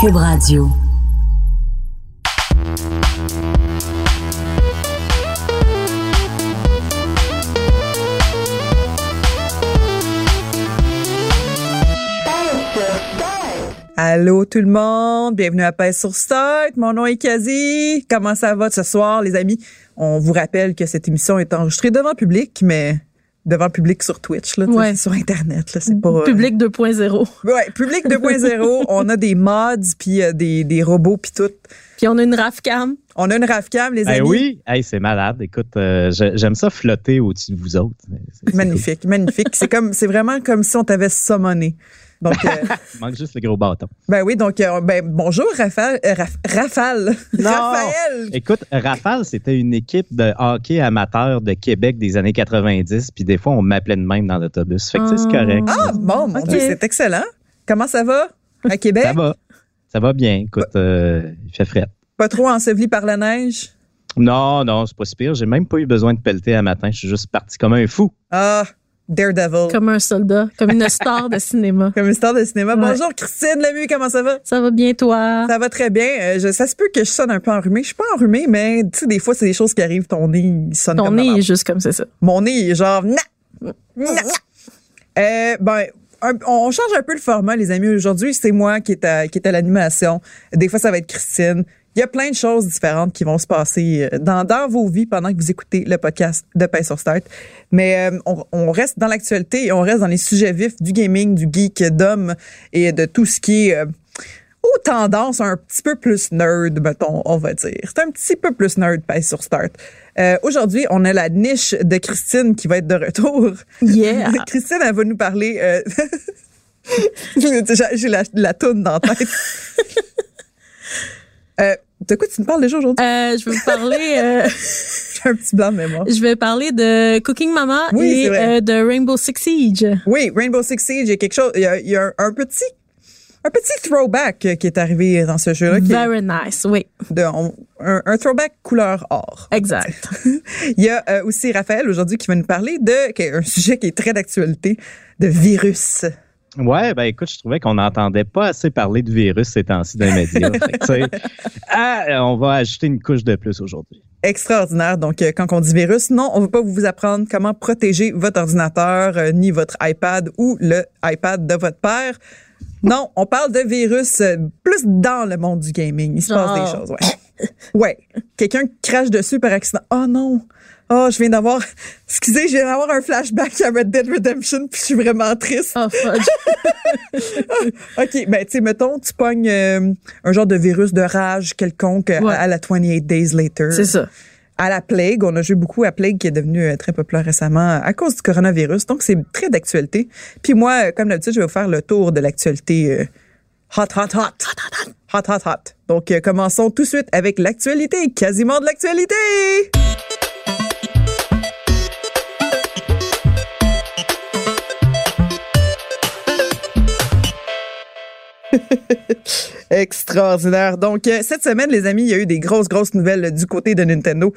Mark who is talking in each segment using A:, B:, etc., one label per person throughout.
A: Cube Radio.
B: Allô tout le monde, bienvenue à Pèse sur Stock. Mon nom est Kazi. Comment ça va ce soir, les amis? On vous rappelle que cette émission est enregistrée devant public, mais devant public sur Twitch, là, tu sais,
C: Ouais.
B: sur Internet. Là, c'est pas, euh,
C: Public 2.0.
B: Ouais, public 2.0. on a des mods, puis euh, des, des robots, puis tout.
C: Puis on a une RAFCAM.
B: On a une RAFCAM, les amis.
D: Eh oui, Eh, c'est malade. Écoute, euh, j'ai- j'aime ça flotter au-dessus de vous autres. C'est- c'est
B: Magnifique, magnifique. C'est comme, c'est vraiment comme si on t'avait summoné. Donc, euh,
D: cool. Il manque juste le gros bâton.
B: ben oui, donc, euh, ben, bonjour Raphaël. euh, Raph- Raphaël.
D: Non.
B: Raphaël.
D: Écoute, Rafale, c'était une équipe de hockey amateur de Québec des années 90, puis des fois, on m'appelait de même dans l'autobus. Fait que tu sais, c'est
C: Ah.
D: correct.
B: Ah, bon, mon
C: Ok.
B: Dieu, c'est excellent. Comment ça va à Québec?
D: Ça va. Ça va bien. Écoute, euh, il fait fret.
B: Pas trop enseveli par la neige?
D: Non, non, c'est pas si pire. J'ai même pas eu besoin de pelleter à matin. Je suis juste parti comme un fou.
B: Ah, Daredevil. Comme,
C: Comme un soldat, comme une star de cinéma.
B: une star de cinéma.
C: Ouais.
B: Bonjour, Christine Lemieux, comment ça va?
C: Ça va bien, toi?
B: Ça va très bien. Euh, je, ça se peut que je sonne un peu enrhumée. Je suis pas enrhumée, mais tu sais, des fois, c'est des choses qui arrivent. Ton nez, il sonne
C: Ton
B: comme la
C: nez Mm. est
B: merde.
C: juste comme c'est ça.
B: Mon nez, il est genre... Na! Na! Euh, ben, un- on on change un peu le format, les amis. Aujourd'hui, c'est moi qui est à, qui est à l'animation. Des fois, ça va être Christine. Il y a plein de choses différentes qui vont se passer euh, dans, dans vos vies pendant que vous écoutez le podcast de Pain sur Start. Mais euh, on, on reste dans l'actualité et on reste dans les sujets vifs du gaming, du geekdom et de tout ce qui est euh, aux tendances un petit peu plus nerd, mettons, on va dire. C'est un petit peu plus nerd, Pain sur Start. Euh, Aujourd'hui, on a la niche de Christine qui va être de retour.
C: Yeah!
B: Christine, elle va nous parler. euh, J'ai j'ai la, la toune dans la tête. Euh, de quoi tu me parles déjà aujourd'hui?
C: Euh, je vais vous parler, euh,
B: J'ai un petit blanc de mémoire.
C: je vais parler de Cooking Mama
B: Oui, c'est
C: et
B: vrai.
C: euh, de Rainbow Six Siege.
B: Oui, Rainbow Six Siege, il y a quelque chose. Il y a, il y a un, un petit. Un petit throwback euh, qui est arrivé dans ce jeu-là. qui est
C: Very nice, Ben oui,
B: de- on- un, un throwback couleur or.
C: exact.
B: Il y a euh, aussi Raphaël aujourd'hui qui va nous parler de qui est un sujet qui est très d'actualité, de virus.
D: Ouais, ben écoute, je trouvais qu'on n'entendait pas assez parler de virus ces temps-ci dans les médias. Fait que, tu sais, ah, on va ajouter une couche de plus aujourd'hui.
B: extraordinaire. Donc, euh, quand on dit virus, non, on ne va pas vous apprendre comment protéger votre ordinateur, euh, ni votre iPad ou le iPad de votre père. Non, on parle de virus euh, plus dans le monde du gaming. Il se passe des
C: Genre.
B: choses, ouais. Ouais. Quelqu'un crache dessus par accident. Oh non. Oh, je viens d'avoir, excusez, je viens d'avoir un flashback à Red Dead Redemption puis je suis vraiment triste.
C: Oh, fudge. Ah.
B: OK, ben, tu sais, mettons, tu pognes euh, un genre de virus de rage quelconque euh,
C: Ouais.
B: à la 28 Days Later
C: c'est ça.
B: à la plague. On a joué beaucoup à plague qui est devenu euh, très populaire récemment à cause du coronavirus. Donc, c'est très d'actualité. Puis moi, euh, comme d'habitude, je vais vous faire le tour de l'actualité euh, hot, hot, hot. Hot, hot, hot. Donc, euh, commençons tout de suite avec l'actualité, quasiment de l'actualité. Extraordinaire. Donc, euh, cette semaine, les amis, il y a eu des grosses, grosses nouvelles euh, du côté de Nintendo.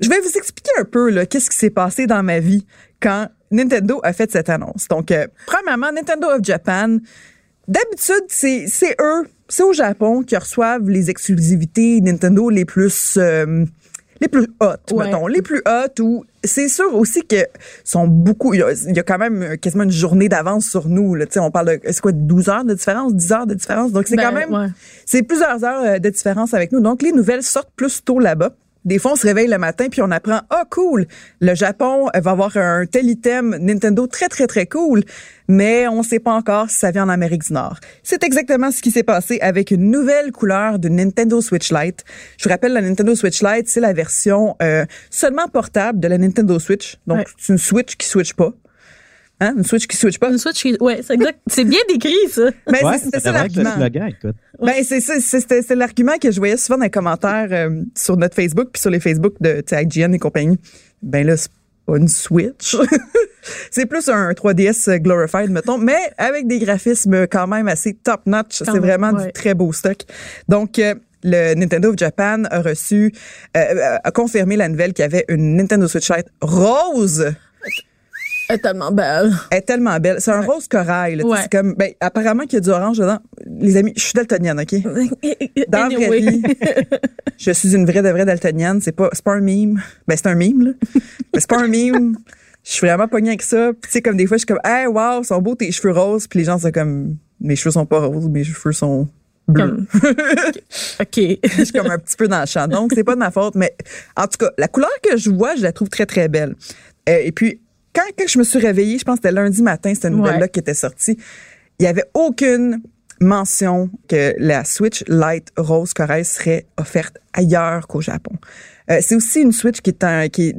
B: Je vais vous expliquer un peu là, qu'est-ce qui s'est passé dans ma vie quand Nintendo a fait cette annonce. Donc, euh, premièrement, Nintendo of Japan, d'habitude, c'est, c'est eux, c'est au Japon qui reçoivent les exclusivités Nintendo les plus... euh, les plus hautes,
C: Ouais.
B: mettons, les plus hautes ou c'est sûr aussi que sont beaucoup il y, a, il y a quand même euh, quasiment une journée d'avance sur nous là, Tu sais, on parle de c'est quoi 12 heures de différence, 10 heures de différence. Donc c'est
C: Ben,
B: quand même
C: ouais.
B: c'est plusieurs heures euh, de différence avec nous. Donc, les nouvelles sortent plus tôt là-bas. Des fois, on se réveille le matin puis on apprend Ah, cool, le Japon euh, va avoir un tel item Nintendo très, très, très cool, mais on ne sait pas encore si ça vient en Amérique du Nord. C'est exactement ce qui s'est passé avec une nouvelle couleur de Nintendo Switch Lite. Je vous rappelle, la Nintendo Switch Lite, c'est la version euh, seulement portable de la Nintendo Switch. Donc,
C: Ouais.
B: c'est une Switch qui switch pas. Hein? Une Switch qui switch pas.
C: Une Switch qui- Ouais, c'est exact. C'est bien décrit, ça.
B: Mais
D: Ouais,
B: c'est- c'était
D: ça
B: ça
D: devrait être le
B: l'argument.
D: slogan, écoute.
B: Ben, c'est ça, c'est- c'était c'est l'argument que je voyais souvent dans les commentaires euh, sur notre Facebook puis sur les Facebook de tu sais, IGN et compagnie. Ben là, c'est pas une Switch. c'est plus un 3DS glorified, mettons, mais avec des graphismes quand même assez top-notch.
C: Quand
B: C'est
C: même,
B: vraiment du
C: ouais.
B: très beau stock. Donc, euh, le Nintendo of Japan a reçu, euh, a confirmé la nouvelle qu'il y avait une Nintendo Switch Lite rose
C: Elle est tellement belle.
B: elle est tellement belle. C'est un rose corail. là.
C: Ouais.
B: C'est comme, ben, apparemment qu'il y a du orange dedans. Les amis, je suis daltonienne, OK? Dans la vraie vie, je suis une vraie de vraie daltonienne. C'est pas, c'est pas un mime. Ben, c'est un mime, là. Mais c'est pas un mime. Je suis vraiment pognée avec ça. Puis, tu sais, comme des fois, je suis comme, hey, wow, sont beaux tes cheveux roses. Puis les gens sont comme, mes cheveux sont pas roses, mes cheveux sont bleus.
C: Comme- OK.
B: je suis comme un petit peu dans le champ. Donc, c'est pas de ma faute. Mais en tout cas, la couleur que je vois, je la trouve très, très belle. Euh, et puis, quand, quand je me suis réveillée, je pense que c'était lundi matin, c'était une nouvelle-là
C: Ouais.
B: qui était sortie. Il n'y avait aucune mention que la Switch Lite Rose Corail serait offerte ailleurs qu'au Japon. Euh, c'est aussi une Switch qui est, un- qui, est,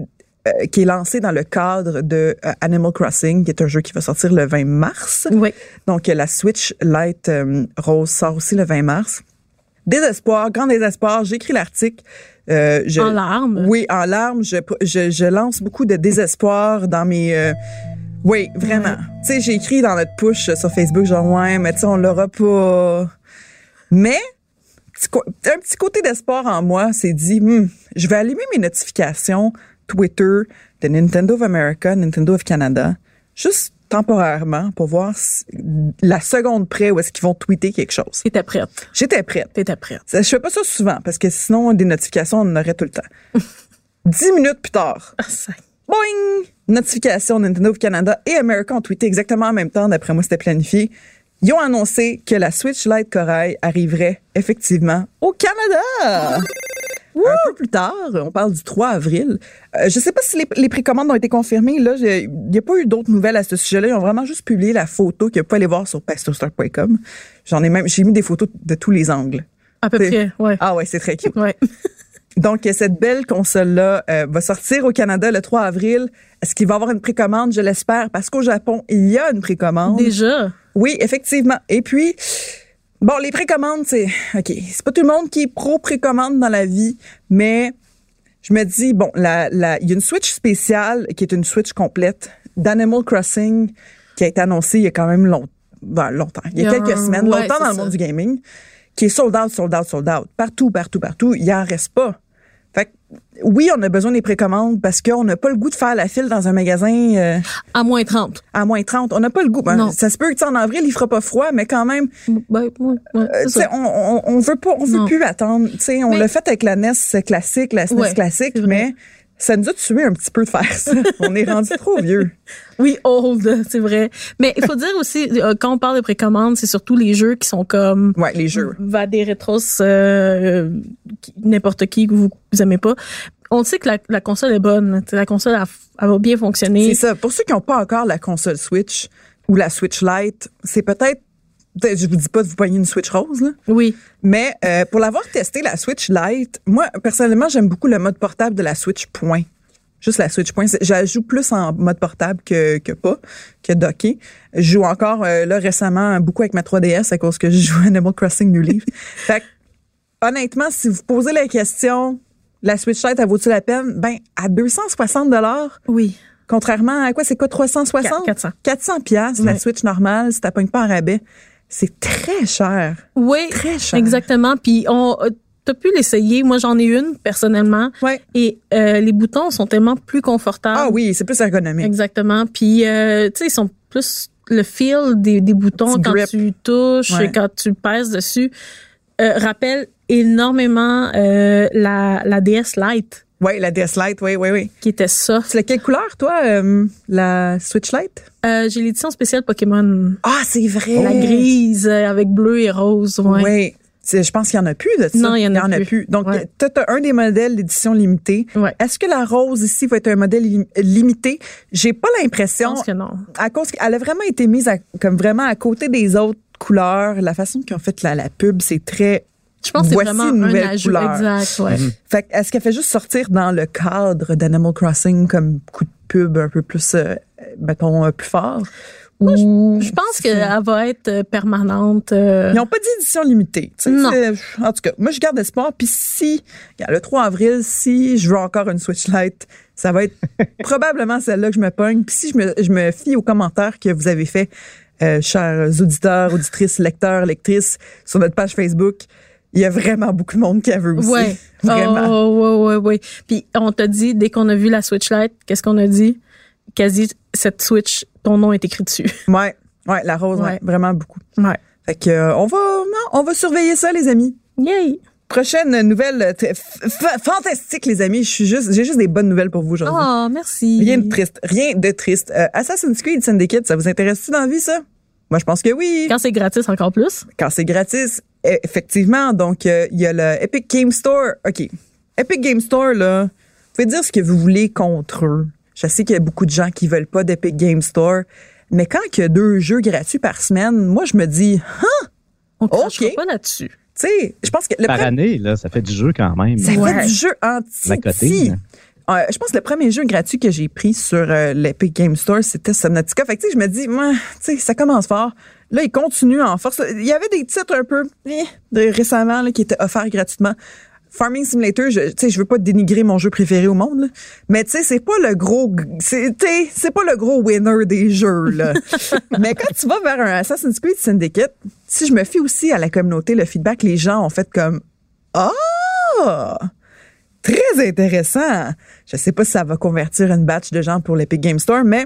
B: euh, qui est lancée dans le cadre de euh, Animal Crossing, qui est un jeu qui va sortir le 20 mars.
C: Oui.
B: Donc, euh, la Switch Lite euh, Rose sort aussi le 20 mars. Désespoir, grand désespoir. J'écris l'article. Euh, je-
C: En larmes.
B: Oui, en larmes. Je, je, je lance beaucoup de désespoir dans mes... euh, oui, vraiment. Tu sais, j'ai écrit dans notre push sur Facebook, genre, ouais, mais tu sais, on l'aura pas. Mais, petit co- un petit côté d'espoir en moi s'est dit, Hmm, je vais allumer mes notifications Twitter de Nintendo of America, Nintendo of Canada, juste temporairement pour voir si- la seconde près où est-ce qu'ils vont tweeter quelque chose.
C: T'étais prête.
B: J'étais prête.
C: T'étais prête.
B: Ça, Je fais pas ça souvent parce que sinon, des notifications, on en aurait tout le temps. Dix minutes plus tard,
C: Ah, ça-
B: Boing! Notification Nintendo of Canada et America ont tweeté exactement en même temps, d'après moi c'était planifié. Ils ont annoncé que la Switch Lite Corail arriverait effectivement au Canada. Un peu plus tard, on parle du 3 avril. Euh, je sais pas si les, les précommandes ont été confirmées. Là, j'ai- il n'y a pas eu d'autres nouvelles à ce sujet-là. Ils ont vraiment juste publié la photo que vous pouvez aller voir sur pastostar.com. J'en ai même, j'ai mis des photos de tous les angles.
C: À peu
B: C'est-
C: près, ouais.
B: Ah ouais, c'est très cute.
C: Ouais.
B: Donc, euh, cette belle console-là euh, va sortir au Canada le 3 avril. Est-ce qu'il va y avoir une précommande? Je l'espère, parce qu'au Japon, il y a une précommande.
C: Déjà.
B: Oui, effectivement. Et puis, bon, les précommandes, c'est OK. C'est pas tout le monde qui est pro-précommande dans la vie, mais je me dis, bon, la- la- il y a une Switch spéciale qui est une Switch complète d'Animal Crossing qui a été annoncée il y a quand même long- ben, longtemps. Il y a
C: Il y a
B: quelques
C: un-
B: semaines,
C: ouais,
B: longtemps
C: c'est
B: dans le
C: ça.
B: monde du gaming, qui est sold out, sold out, sold out. Partout, partout, partout. Il en reste pas. Fait que, oui, on a besoin des précommandes parce qu'on n'a pas le goût de faire la file dans un magasin. euh,
C: À moins 30.
B: à moins 30. On n'a pas le goût. Ben,
C: Non.
B: ça se peut que tu sais, en avril, il fera pas froid, mais quand même,
C: Ouais, ouais, ouais,
B: euh,
C: c'est
B: tu sais,
C: ça.
B: on, on, on veut pas, on veut
C: Non.
B: plus attendre. Tu sais, on
C: Mais-
B: l'a fait avec la NES classique, la SNES
C: Ouais,
B: classique,
C: c'est vrai.
B: mais ça nous a tué un petit peu de faire ça. on est rendu trop vieux.
C: Oui, old, c'est vrai. Mais il faut dire aussi, euh, quand on parle de précommande, c'est surtout les jeux qui sont comme
B: Ouais, les jeux.
C: va des rétros, euh, qui- n'importe qui que vous, vous aimez pas. On sait que la, la console est bonne. là. Tu sais, La console, elle, f- elle va bien
B: C'est
C: fonctionner.
B: ça. Pour ceux qui n'ont pas encore la console Switch ou la Switch Lite, c'est peut-être, peut-être- je vous dis pas de vous pogner une Switch rose, là.
C: Oui.
B: Mais euh, pour l'avoir testé, la Switch Lite, moi, personnellement, j'aime beaucoup le mode portable de la Switch Point. Juste la Switch Point. C'est- Je la joue plus en mode portable que, que pas, que docké. Je joue encore, euh, là, récemment, beaucoup avec ma 3DS à cause que je joue à Animal Crossing New Leaf. fait que, honnêtement, si vous posez la question, la Switch Lite, elle vaut-tu la peine? Ben, à 260
C: Oui.
B: contrairement à quoi? C'est quoi, 360?
C: 400.
B: 400 piastres, la Switch normale, si t'as pas pas en rabais. C'est très cher.
C: Oui.
B: Très cher.
C: Exactement. Puis on, euh, t'as pu l'essayer. Moi, j'en ai une, personnellement.
B: Ouais.
C: Et euh, les boutons sont tellement plus confortables.
B: Ah oui, c'est plus ergonomique.
C: Exactement. Puis, euh, tu sais, ils sont plus le feel des, des boutons
B: Petit
C: quand
B: grip.
C: tu touches,
B: Ouais.
C: quand tu pèses dessus, euh, rappelle énormément euh, la, la DS Lite
B: Oui, la DS Lite, oui, oui, oui.
C: qui était soft.
B: C'est quelle couleur, toi, euh, la Switch Lite?
C: Euh, J'ai l'édition spéciale Pokémon,
B: Ah, c'est vrai.
C: la grise euh, avec bleu et rose. Ouais.
B: Oui. C'est- Je pense qu'il n'y en a plus de ça.
C: Non, il y en a
B: plus.
C: plus.
B: Donc,
C: Ouais.
B: tu as un des modèles d'édition limitée.
C: Ouais.
B: Est-ce que la rose ici va être un modèle lim- limité? J'ai pas
C: Je
B: l'impression.
C: pense que non.
B: à cause qu'elle a vraiment été mise à- comme vraiment à côté des autres couleurs. La façon qu'ils ont fait la, la pub, c'est très.
C: Je pense que c'est
B: Voici
C: vraiment
B: une
C: un
B: nouvelle
C: ajout.
B: couleur. Mhm.
C: Exact, ouais.
B: Fait que, est-ce qu'elle fait juste sortir dans le cadre d'Animal Crossing comme coup de pub un peu plus euh, euh, mettons, euh, plus fort? Ou...
C: Je pense qu'elle va être euh, permanente. euh,
B: Ils n'ont pas d'édition limitée. tu sais,
C: Non.
B: c'est- En tout cas, moi, je garde espoir. Puis si, regarde, le 3 avril, si je veux encore une Switch Lite, ça va être probablement celle-là que je me pogne. Puis si je me, je me fie aux commentaires que vous avez faits, euh, chers auditeurs, auditrices, lecteurs, lectrices, sur notre page Facebook, il y a vraiment beaucoup de monde qui a vu aussi.
C: Ouais.
B: Vraiment.
C: Oh, ouais, ouais, ouais. Puis on t'a dit, dès qu'on a vu la Switch Lite, qu'est-ce qu'on a dit? Quasi, cette Switch, ton nom est écrit dessus.
B: Ouais. Ouais, la rose, ouais,
C: Ouais.
B: vraiment beaucoup.
C: Ouais.
B: Fait que, euh, on va, non, on va surveiller ça, les amis.
C: Yay!
B: Prochaine nouvelle euh, t- f- f- fantastique, les amis. Je suis juste, j'ai juste des bonnes nouvelles pour vous aujourd'hui.
C: Oh, merci.
B: Rien de triste, rien de triste. Euh, Assassin's Creed Syndicate, ça vous intéresse-tu dans la vie, ça? Moi, je pense que oui.
C: Quand c'est gratis, encore plus.
B: Quand c'est gratis, e- effectivement. Donc, euh, il y a le Epic Game Store. OK. Epic Game Store, là, vous pouvez dire ce que vous voulez contre eux. Je sais qu'il y a beaucoup de gens qui veulent pas d'Epic Game Store. Mais quand il y a deux jeux gratuits par semaine, moi, je me dis,
C: On crachera
B: Ok.
C: pas là-dessus.
B: tu sais, je pense que le
D: Par
B: pre-
D: année, là, ça fait du jeu quand même.
B: Ça
C: Ouais.
B: fait du jeu anti.
D: La cotine.
B: Euh, je pense que le premier jeu gratuit que j'ai pris sur euh, l'Epic Game Store, c'était Subnautica. Fait que, tu sais, je me dis, moi, tu sais, ça commence fort. Là, il continue en force. Il y avait des titres un peu eh, de récemment là, qui étaient offerts gratuitement. Farming Simulator, je, tu sais, je veux pas dénigrer mon jeu préféré au monde, là. mais tu sais, c'est pas le gros, g- c'est, tu sais, c'est pas le gros winner des jeux là. mais quand tu vas vers un Assassin's Creed Syndicate, si je me fie aussi à la communauté, le feedback, les gens ont fait comme ah! Très intéressant. Je ne sais pas si ça va convertir une batch de gens pour l'Epic Game Store, mais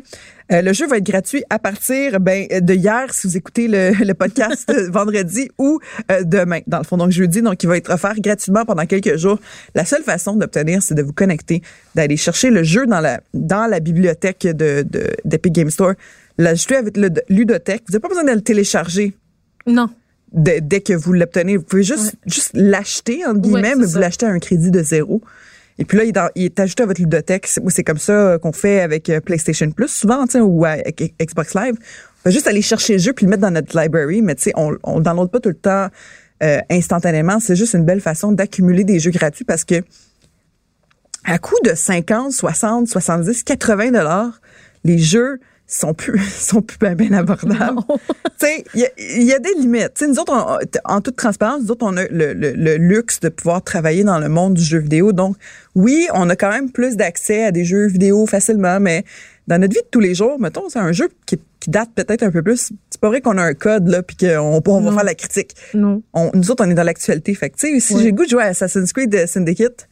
B: euh, le jeu va être gratuit à partir ben, de hier, si vous écoutez le, le podcast euh, vendredi ou euh, demain, dans le fond, donc jeudi. Donc, il va être offert gratuitement pendant quelques jours. La seule façon d'obtenir, c'est de vous connecter, d'aller chercher le jeu dans la, dans la bibliothèque de- de- d'Epic Game Store, l'ajouter avec le ludothèque. Vous n'avez pas besoin de le télécharger
C: Non.
B: dès- dès que vous l'obtenez. Vous pouvez juste, juste l'acheter, entre guillemets,
C: Ouais, c'est
B: mais
C: ça.
B: vous l'achetez à un crédit de zéro. Et puis là, il est, en- il est ajouté à votre ludothèque. C'est- C'est comme ça euh, qu'on fait avec euh, PlayStation Plus souvent, tu sais, ou à- avec Xbox Live. On va juste aller chercher le jeu puis le mettre dans notre library, mais tu sais, on on le download pas tout le temps euh, instantanément. C'est juste une belle façon d'accumuler des jeux gratuits parce que à coût de 50, 60, 70, 80 dollars, les jeux sont plus sont plus bien abordables. tu sais, il y, a- il y a des limites. Tu sais, nous autres, on- en toute transparence, nous autres, on a le, le- le luxe de pouvoir travailler dans le monde du jeu vidéo. Donc, oui, on a quand même plus d'accès à des jeux vidéo facilement, mais dans notre vie de tous les jours, mettons, c'est un jeu qui, qui date peut-être un peu plus. C'est pas vrai qu'on a un code là, puis qu'on on va faire la critique
C: Non.
B: on- nous autres, on est dans l'actualité. Fait que, tu sais, si j'ai le goût de jouer à Assassin's Creed euh, Syndicate,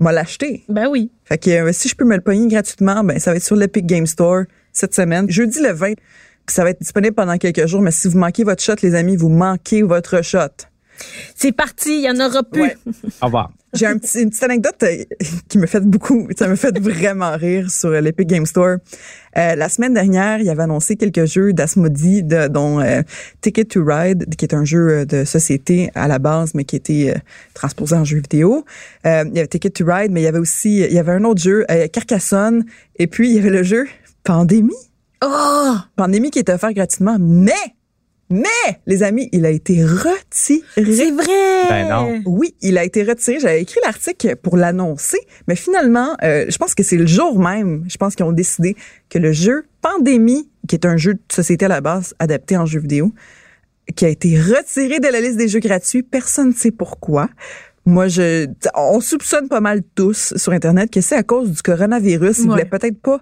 B: m'a l'acheter.
C: Ben oui.
B: Fait que euh, si je peux me le pogner gratuitement, ben ça va être sur l'Epic Game Store cette semaine, jeudi le 20. Puis ça va être disponible pendant quelques jours. Mais si vous manquez votre shot, les amis, vous manquez votre shot.
C: C'est parti, il y en aura plus.
B: Ouais.
D: Au revoir.
B: J'ai un petit- une petite anecdote euh, qui me fait beaucoup, ça me fait vraiment rire sur euh, l'Epic Game Store. Euh, la semaine dernière, il avait annoncé quelques jeux d'Asmodee, de- dont euh, Ticket to Ride, qui est un jeu euh, de société à la base, mais qui a été euh, transposé en jeu vidéo. Euh, il y avait Ticket to Ride, mais il y avait aussi, il y avait un autre jeu, euh, Carcassonne, et puis il y avait le jeu Pandémie.
C: Oh!
B: Pandémie qui était offert gratuitement, mais, mais, les amis, il a été retiré.
C: C'est vrai!
D: Ben non.
B: Oui, il a été retiré. J'avais écrit l'article pour l'annoncer, mais finalement, euh, je pense que c'est le jour même, je pense qu'ils ont décidé que le jeu Pandémie, qui est un jeu de société à la base adapté en jeu vidéo, qui a été retiré de la liste des jeux gratuits. Personne ne sait pourquoi. Moi, je, on soupçonne pas mal tous sur Internet que c'est à cause du coronavirus. Ils
C: Ouais.
B: voulaient peut-être pas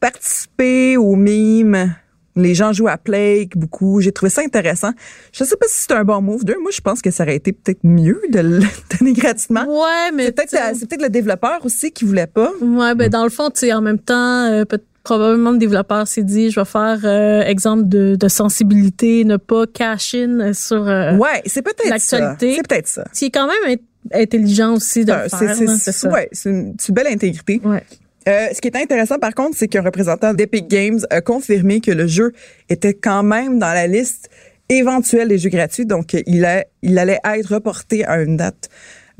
B: participer aux mimes. Les gens jouent à Play beaucoup. J'ai trouvé ça intéressant. Je sais pas si c'est un bon move d'eux. Moi, je pense que ça aurait été peut-être mieux de le donner gratuitement.
C: Ouais, mais.
B: C'est peut-être euh,
C: tu sais,
B: c'est peut-être le développeur aussi qui voulait pas.
C: Ouais, ben dans le fond, tu sais, en même temps, euh, peut- probablement le développeur s'est dit, je vais faire euh, exemple de, de sensibilité, ne pas cash in sur. euh,
B: Ouais, c'est peut-être ça.
C: l'actualité.
B: C'est peut-être ça.
C: qui est quand même int- intelligent aussi de le
B: Euh,
C: faire.
B: c'est-
C: là,
B: c'est-
C: ça.
B: ouais, c'est une, c'est une belle intégrité.
C: Ouais.
B: Euh, ce qui est intéressant, par contre, c'est qu'un représentant d'Epic Games a confirmé que le jeu était quand même dans la liste éventuelle des jeux gratuits. Donc, euh, il, a, il allait être reporté à une date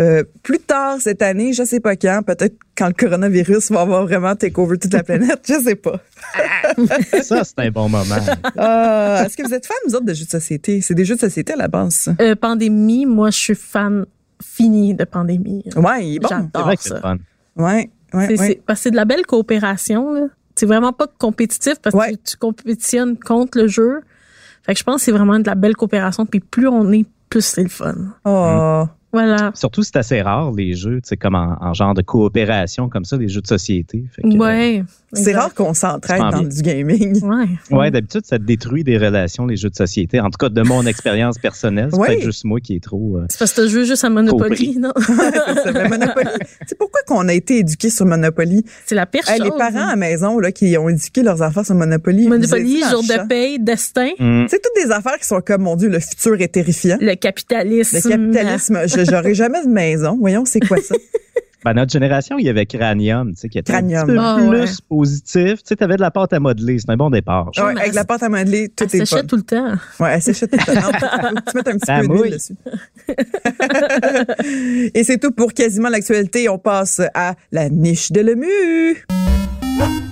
B: euh, plus tard cette année. Je sais pas quand. Peut-être quand le coronavirus va avoir vraiment take over toute la planète. Je sais pas.
D: Ça, c'est un bon moment.
B: Euh, Est-ce que vous êtes fans, vous autres, de jeux de société? C'est des jeux de société à la base. ça.
C: Euh, pandémie, moi, je suis fan fini de pandémie.
B: Ouais, il est Ah bon.
C: J'adore
D: C'est vrai que c'est
C: ça.
D: le fun.
B: Ouais, ouais,
C: C'est
B: ouais.
C: c'est- parce que c'est de la belle coopération. là. Tu C'est vraiment pas compétitif parce
B: Ouais.
C: que tu, tu compétitionnes contre le jeu. Fait que je pense que c'est vraiment de la belle coopération. Puis plus on est, plus c'est le fun.
B: Oh.
C: Mm. Voilà.
D: Surtout, c'est assez rare, les jeux, tu sais, comme en, en genre de coopération, comme ça, des jeux de société. Fait que,
C: Ouais.
B: C'est rare qu'on s'entraide
D: Tu t'en
B: dans du gaming.
C: Ouais.
D: euh, Ouais, d'habitude, ça détruit des relations, les jeux de société. En tout cas, de mon expérience personnelle, c'est
B: Ouais.
D: peut-être juste moi qui est trop. euh,
C: C'est parce que tu joues juste à Monopoly,
D: Compris.
C: non?
B: C'est ça, mais Monopoly. C'est pourquoi qu'on a été éduqués sur Monopoly.
C: C'est la pire
B: Hey,
C: chose. hein.
B: les parents à maison là qui ont éduqué leurs enfants sur Monopoly. vous
C: Monopoly,
B: étiez dans
C: jour
B: le champ.
C: de paye, destin,
D: hmm.
B: C'est toutes des affaires qui sont comme mon Dieu, le futur est terrifiant.
C: le capitalisme.
B: Le capitalisme, je- j'aurai jamais de maison. Voyons, c'est quoi ça?
D: Ben, notre génération, il y avait Cranium, tu sais, qui était
B: Cranium.
D: un petit peu
C: Ah,
D: plus
C: ouais.
D: positif. Tu sais, t'avais de la pâte à modeler. C'est un bon départ. je
B: Ouais,
D: trouve.
B: avec la pâte à modeler, tout
C: Elle
B: est fun.
C: s'achète tout le temps.
B: Ouais, elle s'achète tout le temps. Non, faut que Tu mets un petit
D: Ça
B: peu d'huile
D: mouille.
B: dessus. Et c'est tout pour quasiment l'actualité. On passe à la niche de Lemu.
C: Hmm.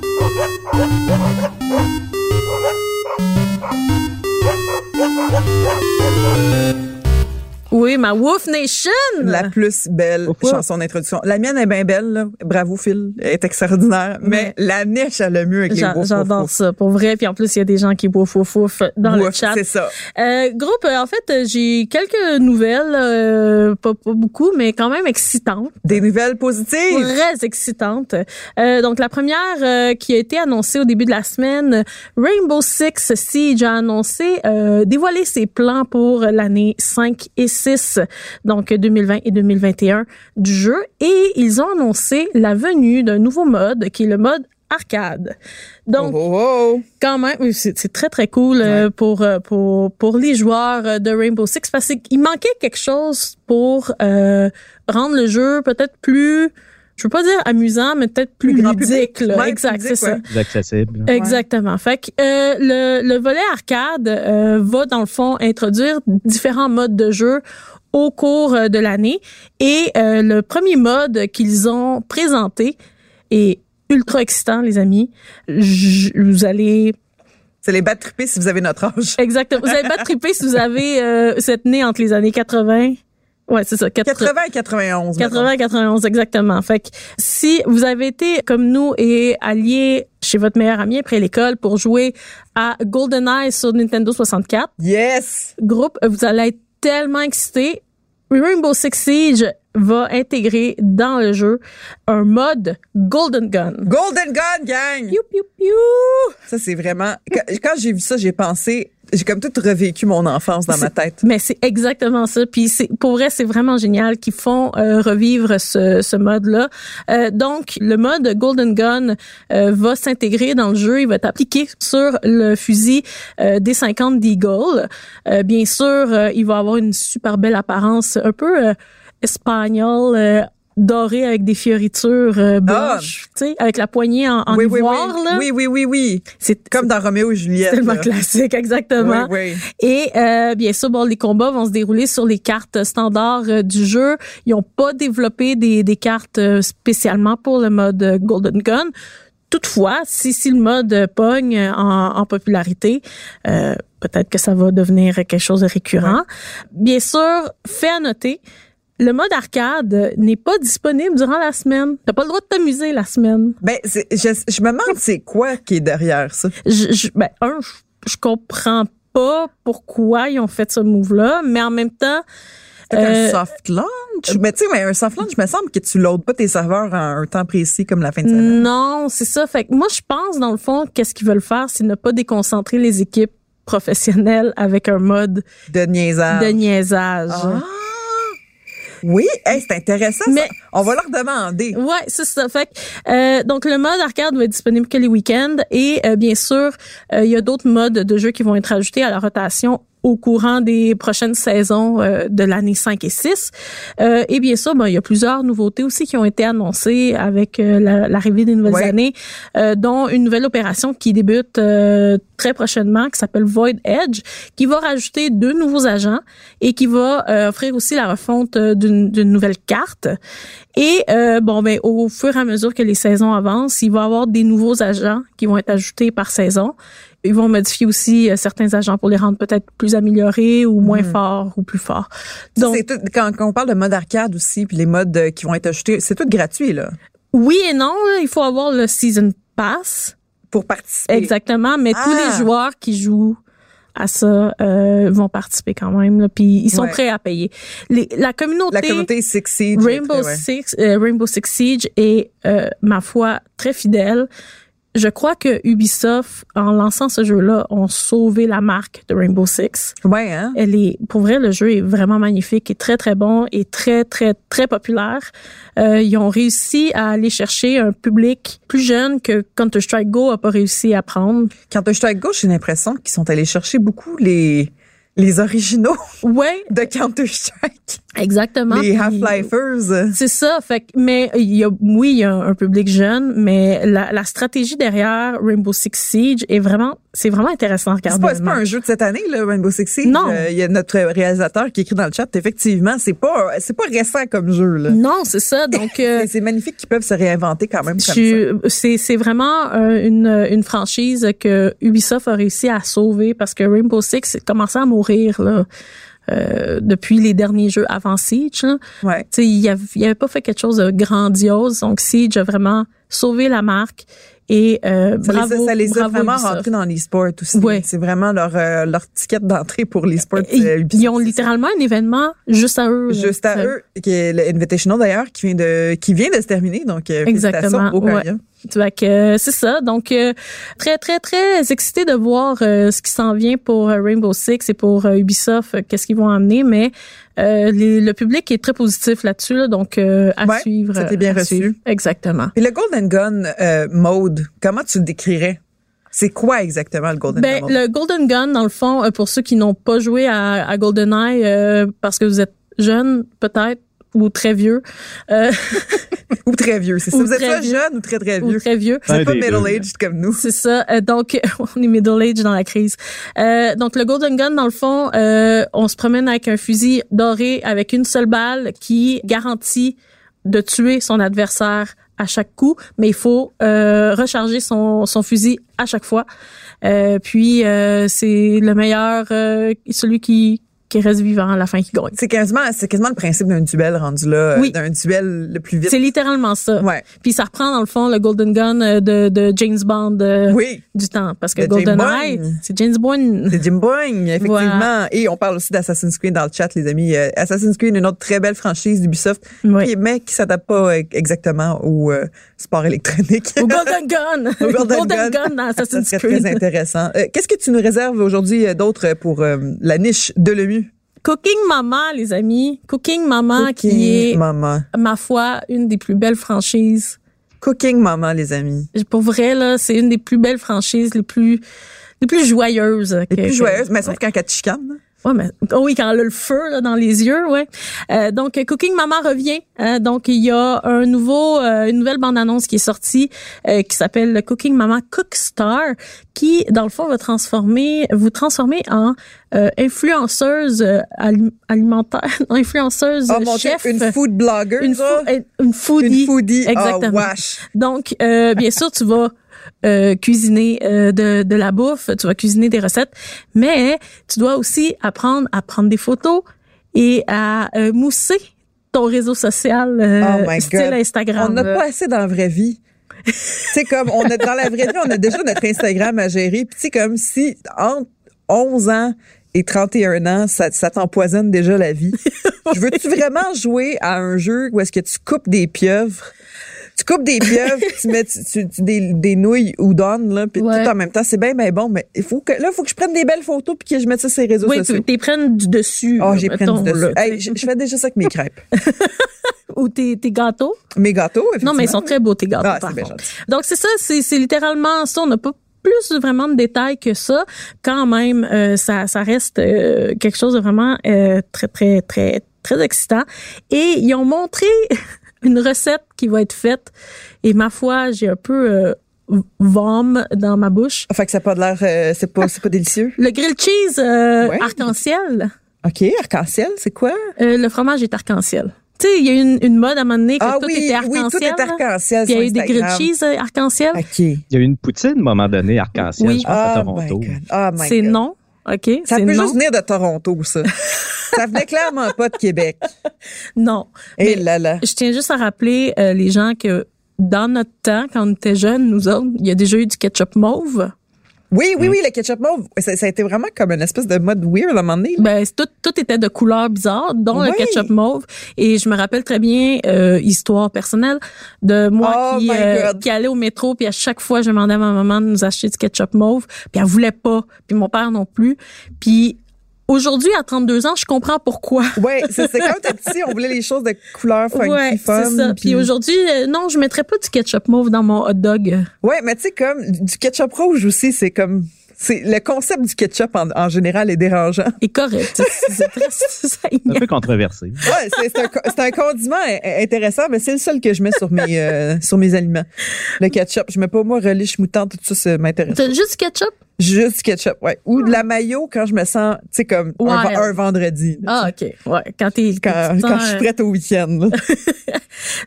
C: Oui, ma Wolf Nation!
B: La plus belle
D: Pourquoi?
B: chanson d'introduction. La mienne est bien belle. là. Bravo, Phil. Elle est extraordinaire. Mais la niche à Lemu avec les
C: J'a-
B: beaux
C: J'adore
B: faux-faux.
C: ça, pour vrai. Puis en plus, il y a des gens qui boivent fouf fouf dans le
B: Ouf,
C: chat.
B: C'est ça.
C: Euh, groupe, euh, en fait, euh, j'ai quelques nouvelles, euh, pas, pas beaucoup, mais quand même excitantes,
B: Des nouvelles positives.
C: très excitantes. Euh, donc, la première euh, qui a été annoncée au début de la semaine, Rainbow Six Siege a annoncé, euh, dévoilé ses plans pour l'année 5 et 6, donc 2020 et 2021 du jeu, et ils ont annoncé la venue d'un nouveau mode, qui est le mode arcade. Donc,
B: Oh, oh, oh.
C: quand même, oui, c'est c'est très très cool euh, pour euh, pour pour les joueurs euh, de Rainbow Six parce qu'il manquait quelque chose pour euh, rendre le jeu peut-être plus, je veux pas dire amusant, mais peut-être plus,
B: Plus grand
C: ludique.
B: public.
C: là.
B: Ouais,
C: exact,
B: public,
C: c'est ça.
B: ouais.
D: Plus accessible.
C: Exactement. Fait que euh, le, le volet arcade euh, va dans le fond introduire différents modes de jeu au cours euh, de l'année et euh, le premier mode qu'ils ont présenté est ultra excitant les amis. Je- vous allez
B: C'est les battre tripés si vous avez notre âge.
C: exactement, vous allez pas triper si vous avez euh, cette née entre les années 80. Ouais, c'est ça, 80.
B: 80 et 91. mettons.
C: 80 91 exactement. Fait que si vous avez été comme nous et allié chez votre meilleur ami après l'école pour jouer à GoldenEye sur Nintendo 64,
B: Yes!
C: groupe, vous allez être tellement excité. Rainbow Six Siege va intégrer dans le jeu un mode Golden Gun.
B: Golden Gun Gang!
C: Piou, piou, piou.
B: Ça, c'est vraiment. Quand quand j'ai vu ça, j'ai pensé. J'ai comme tout revécu mon enfance dans ma tête.
C: Mais c'est exactement ça. Puis c'est pour vrai, c'est vraiment génial qu'ils font euh, revivre ce, ce mode-là. Euh, donc, le mode Golden Gun euh, va s'intégrer dans le jeu. Il va être appliqué sur le fusil euh, des 50 d'Eagle. Euh, bien sûr, euh, il va avoir une super belle apparence, un peu euh, espagnole. euh, dorée avec des fioritures euh, blanches, tu sais, avec la poignée en, en
B: Ah! oui, oui,
C: ivoire,
B: oui.
C: là.
B: oui, oui, oui, oui.
C: C'est
B: Comme dans Roméo et Juliette.
C: c'est tellement
B: là.
C: classique, exactement.
B: Oui, oui.
C: Et euh, bien sûr, bon, les combats vont se dérouler sur les cartes standards euh, du jeu. Ils n'ont pas développé des, des cartes euh, spécialement pour le mode euh, Golden Gun. Toutefois, si, si le mode euh, pogne euh, en, en popularité, euh, peut-être que ça va devenir quelque chose de récurrent. Bien sûr, fait à noter, le mode arcade euh, n'est pas disponible durant la semaine. T'as pas le droit de t'amuser la semaine.
B: Ben, c'est- je, je me demande c'est quoi qui est derrière ça.
C: je, je- ben, un, je, je comprends pas pourquoi ils ont fait ce move-là, mais en même temps,
B: C'est un
C: Euh,
B: soft launch. mais tu sais, mais un soft launch, il me semble que tu loads pas tes serveurs à un temps précis comme la fin de semaine.
C: non, c'est ça. Fait que moi, je pense, dans le fond, qu'est-ce qu'ils veulent faire, c'est ne pas déconcentrer les équipes professionnelles avec un mode
B: De niaisage.
C: Mm. de niaisage.
B: Ah! Oui, hey, c'est intéressant. ça.
C: Mais-
B: On va leur demander.
C: Ouais, c'est ça. Fait que, euh, donc le mode arcade va être disponible que les week-ends et euh, bien sûr, euh, il y a d'autres modes de jeu qui vont être ajoutés à la rotation au courant des prochaines saisons euh, de l'année 5 et 6. Euh, et bien sûr, ben, il y a plusieurs nouveautés aussi qui ont été annoncées avec euh, la- l'arrivée des nouvelles
B: Ouais.
C: années, euh, dont une nouvelle opération qui débute euh, très prochainement, qui s'appelle Void Edge, qui va rajouter deux nouveaux agents et qui va euh, offrir aussi la refonte euh, d'une d'une nouvelle carte. Et euh, bon, ben au fur et à mesure que les saisons avancent, il va y avoir des nouveaux agents qui vont être ajoutés par saison. Ils vont modifier aussi euh, certains agents pour les rendre peut-être plus améliorés ou moins forts ou plus forts. Donc
B: Mm. C'est tout- quand, quand on parle de mode arcade aussi, puis les modes euh, qui vont être ajoutés, c'est tout gratuit, là.
C: oui et non, là, il faut avoir le season pass.
B: pour participer.
C: Exactement, mais tous
B: Ah!
C: les joueurs qui jouent à ça euh, vont participer quand même, là, puis ils sont
B: Ouais.
C: prêts à payer. Les- la communauté,
B: La communauté Sexy.
C: Rainbow, Six, euh, Rainbow Six Siege est, euh, ma foi, très fidèle. Je crois que Ubisoft, en lançant ce jeu-là, ont sauvé la marque de Rainbow Six.
B: Ouais, hein?
C: Elle est, pour vrai, le jeu est vraiment magnifique, est très très bon et très très très populaire. Euh, ils ont réussi à aller chercher un public plus jeune que Counter Strike Go a pas réussi à prendre.
B: Quand je suis à gauche, j'ai l'impression qu'ils sont allés chercher beaucoup les, les originaux
C: Ouais,
B: de Counter-Strike.
C: exactement.
B: Les
C: Puis-
B: Half-Lifers.
C: C'est ça, fait que- mais il y a, oui, il y a un public jeune, mais la, la stratégie derrière Rainbow Six Siege est vraiment, c'est vraiment intéressant à
B: C'est
C: regarder.
B: pas, c'est pas un jeu de cette année, là, Rainbow Six Siege.
C: Non.
B: Euh, Il y a notre réalisateur qui écrit dans le chat, effectivement, c'est pas, c'est pas récent comme jeu, là.
C: Non, c'est ça. Donc, euh,
B: Mais C'est magnifique qu'ils peuvent se réinventer quand même comme ça.
C: Je- C'est c'est vraiment euh, une, une franchise que Ubisoft a réussi à sauver parce que Rainbow Six commençait à mourir là, euh, depuis les derniers jeux avant Siege. hein. là.
B: Ouais.
C: Tu sais, Il n'y avait, il avait pas fait quelque chose de grandiose. Donc Siege a vraiment sauvé la marque et euh,
B: Ça
C: bravo,
B: les a, ça les a
C: bravo
B: vraiment
C: Ubisoft.
B: rentrés dans l'e-sport aussi.
C: Ouais.
B: C'est vraiment leur, euh, leur ticket d'entrée pour l'e-sport.
C: Et-
B: euh,
C: Ils,
B: Ubisoft.
C: ont littéralement un événement juste à eux. là.
B: Juste à
C: Ça-
B: eux, qui est le Invitational d'ailleurs, qui vient de, qui vient de se terminer. Donc, euh,
C: Exactement,
B: félicitations au
C: ouais.
B: gagnant.
C: Fait que, euh, c'est ça. Donc, euh, très, très, très excité de voir euh, ce qui s'en vient pour euh, Rainbow Six et pour euh, Ubisoft, euh, qu'est-ce qu'ils vont amener. Mais euh, les- le public est très positif là-dessus. là. donc, euh, à
B: Ouais,
C: suivre.
B: ça
C: euh,
B: t'est bien
C: à
B: reçu.
C: suivre. Exactement.
B: Puis le Golden Gun euh, mode, comment tu le décrirais? C'est quoi exactement le Golden Gun
C: Ben,
B: mode?
C: le Golden Gun, dans le fond, euh, pour ceux qui n'ont pas joué à, à GoldenEye euh, parce que vous êtes jeune, peut-être, ou très vieux, euh,
B: Ou très vieux, c'est ça.
C: Ou
B: Vous êtes
C: très
B: soit
C: vieux.
B: jeune ou très, très
C: ou
B: vieux.
C: très vieux.
B: Vous
D: Un
B: êtes pas
D: des deux.
B: middle-aged comme nous.
C: C'est ça. Euh, donc, on est middle age dans la crise. Euh, donc, le Golden Gun, dans le fond, euh, on se promène avec un fusil doré avec une seule balle qui garantit de tuer son adversaire à chaque coup, mais il faut euh, recharger son, son fusil à chaque fois. Euh, puis, euh, c'est le meilleur, euh, celui qui, qui reste vivant à la fin qui gagne.
B: C'est quasiment, c'est quasiment le principe d'un duel rendu là, euh,
C: Oui.
B: d'un duel le plus vite.
C: C'est littéralement ça.
B: Ouais.
C: Puis ça reprend dans le fond le Golden Gun euh, de, de James Bond euh,
B: Oui.
C: du temps, parce que
B: De James
C: GoldenEye,
B: Bond.
C: c'est James Bond.
B: C'est Jim Boing, effectivement.
C: Voilà.
B: Et on parle aussi d'Assassin's Creed dans le chat, les amis. Euh, Assassin's Creed, une autre très belle franchise d'Ubisoft,
C: Oui.
B: qui- mais qui s'adapte pas euh, exactement au euh, sport électronique.
C: Au Golden Gun.
B: Au Golden Gun.
C: Gun dans
B: Ça
C: Assassin's
B: serait
C: Creed.
B: très intéressant. Euh, Qu'est-ce que tu nous réserves aujourd'hui euh, d'autre pour euh, la niche de l'EMU?
C: Cooking Mama, les amis. Cooking Mama qui est,
B: Maman.
C: ma foi, une des plus belles franchises.
B: Cooking Maman, les amis.
C: Pour vrai, là, c'est une des plus belles franchises, les plus, les plus joyeuses.
B: Les
C: que-
B: plus
C: que-
B: joyeuses, mais sauf quand elle te chicane.
C: Ouais, mais, oh oui, quand elle a le feu là, dans les yeux, ouais. Euh, donc, Cooking Mama revient. hein. donc, il y a un nouveau, euh, une nouvelle bande-annonce qui est sortie euh, qui s'appelle le Cooking Mama Cook Star, qui, dans le fond, va transformer, vous transformer en euh, influenceuse euh, alim- alimentaire, non, influenceuse
B: Oh mon Dieu,
C: chef,
B: une food blogger.
C: une, fou-
B: ça?
C: une foodie.
B: Une foodie. Ah,
C: Exactement.
B: wesh.
C: Donc, euh, bien sûr, tu vas euh, cuisiner euh, de, de la bouffe, tu vas cuisiner des recettes, mais tu dois aussi apprendre à prendre des photos et à euh, mousser ton réseau social euh,
B: Oh my
C: style
B: God.
C: Instagram.
B: On n'a
C: là.
B: pas assez dans la vraie vie. c'est comme on est dans la vraie vie, on a déjà notre Instagram à gérer. Puis c'est comme si entre 11 ans et 31 ans, ça, ça t'empoisonne déjà la vie. Je veux-tu vraiment jouer à un jeu où est-ce que tu coupes des pieuvres? Tu coupes des pieuvres, tu mets tu- tu- tu- des, des nouilles ou donne là, puis
C: Ouais.
B: tout en même temps, c'est bien ben bon, mais il faut que là, il faut que je prenne des belles photos puis que je mette ça sur les réseaux
C: Oui,
B: sociaux.
C: tu les prennes du dessus.
B: Oh,
C: là,
B: j'ai pris
C: mettons,
B: dessus.
C: là,
B: Hey,
C: tu
B: je
C: sais.
B: je fais déjà ça avec mes crêpes.
C: Ou tes, tes gâteaux.
B: Mes gâteaux,
C: Non, mais ils
B: effectivement.
C: sont très beaux, tes gâteaux.
B: Ah, c'est
C: par
B: bien
C: contre.
B: gentil.
C: Donc, c'est ça, c'est c'est littéralement ça. On n'a pas plus vraiment de détails que ça. Quand même, euh, ça, ça reste euh, quelque chose de vraiment euh, très, très, très, très excitant. Et ils ont montré une recette qui va être faite. Et ma foi, j'ai un peu euh, vom dans ma bouche.
B: Fait que ça n'a pas de l'air, euh, c'est pas, c'est pas délicieux.
C: Le grilled cheese euh,
B: Ouais.
C: arc-en-ciel,
B: OK, arc-en-ciel, c'est quoi?
C: euh, le fromage est arc-en-ciel. Tu sais, il y a eu une, une mode à un moment donné que tout était
B: Ah oui,
C: arc-en-ciel.
B: tout est
C: là.
B: arc-en-ciel.
C: Puis il y a eu
B: sur
C: des grilled
B: Instagram. Oh
C: cheese euh, arc-en-ciel.
B: OK.
D: Il y a eu une poutine, à un moment donné, arc-en-ciel,
C: Oui.
D: je pense, à
B: Ah, my
D: Toronto.
B: God. Ah, my
C: C'est
B: God.
C: non. OK?
B: Ça
C: c'est
B: peut
C: non.
B: juste venir de Toronto, ça. ça venait clairement pas de Québec.
C: Non.
B: Et
C: Mais-
B: là, là.
C: Je tiens juste à rappeler euh, les gens que dans notre temps, quand on était jeunes, nous autres, il y a déjà eu du ketchup mauve.
B: Oui, oui, oui, le ketchup mauve, ça, ça a été vraiment comme une espèce de mode weird à un moment donné. là.
C: Ben, c'est tout, tout était de couleurs bizarres, dont le
B: Oui.
C: ketchup mauve. Et je me rappelle très bien, euh, histoire personnelle, de moi
B: Oh
C: qui,
B: my
C: euh,
B: God.
C: qui allait au métro, puis à chaque fois, je demandais à ma maman de nous acheter du ketchup mauve, puis elle voulait pas, puis mon père non plus. Puis aujourd'hui, à 32 ans, je comprends pourquoi.
B: Ouais, c'est c'est quand t'es petit, on voulait les choses de couleur funky,
C: Mm. Ouais,
B: fun.
C: c'est ça. Puis
B: puis-
C: aujourd'hui, euh, non, je mettrais pas du ketchup mauve dans mon hot dog.
B: Ouais, mais tu sais comme du ketchup rouge aussi, c'est comme c'est le concept du ketchup en, en général est dérangeant.
C: Et correct. C'est- c'est très
D: C'est un
C: saignant.
D: peu controversé.
B: Ouais, c'est c'est un, co- c'est un condiment i- i- intéressant, mais c'est le seul que je mets sur mes euh, sur mes aliments. Le ketchup, je mets pas moi relish mouton, tout ça, ça m'intéresse.
C: T'as juste du ketchup?
B: Juste du ketchup, ouais. Ou de la mayo quand je me sens, tu sais comme un,
C: Ouais.
B: un vendredi. là,
C: Ah, OK. Ouais, quand t'es...
B: Quand,
C: tu te
B: quand
C: sens,
B: je suis
C: euh,
B: prête au week-end. là.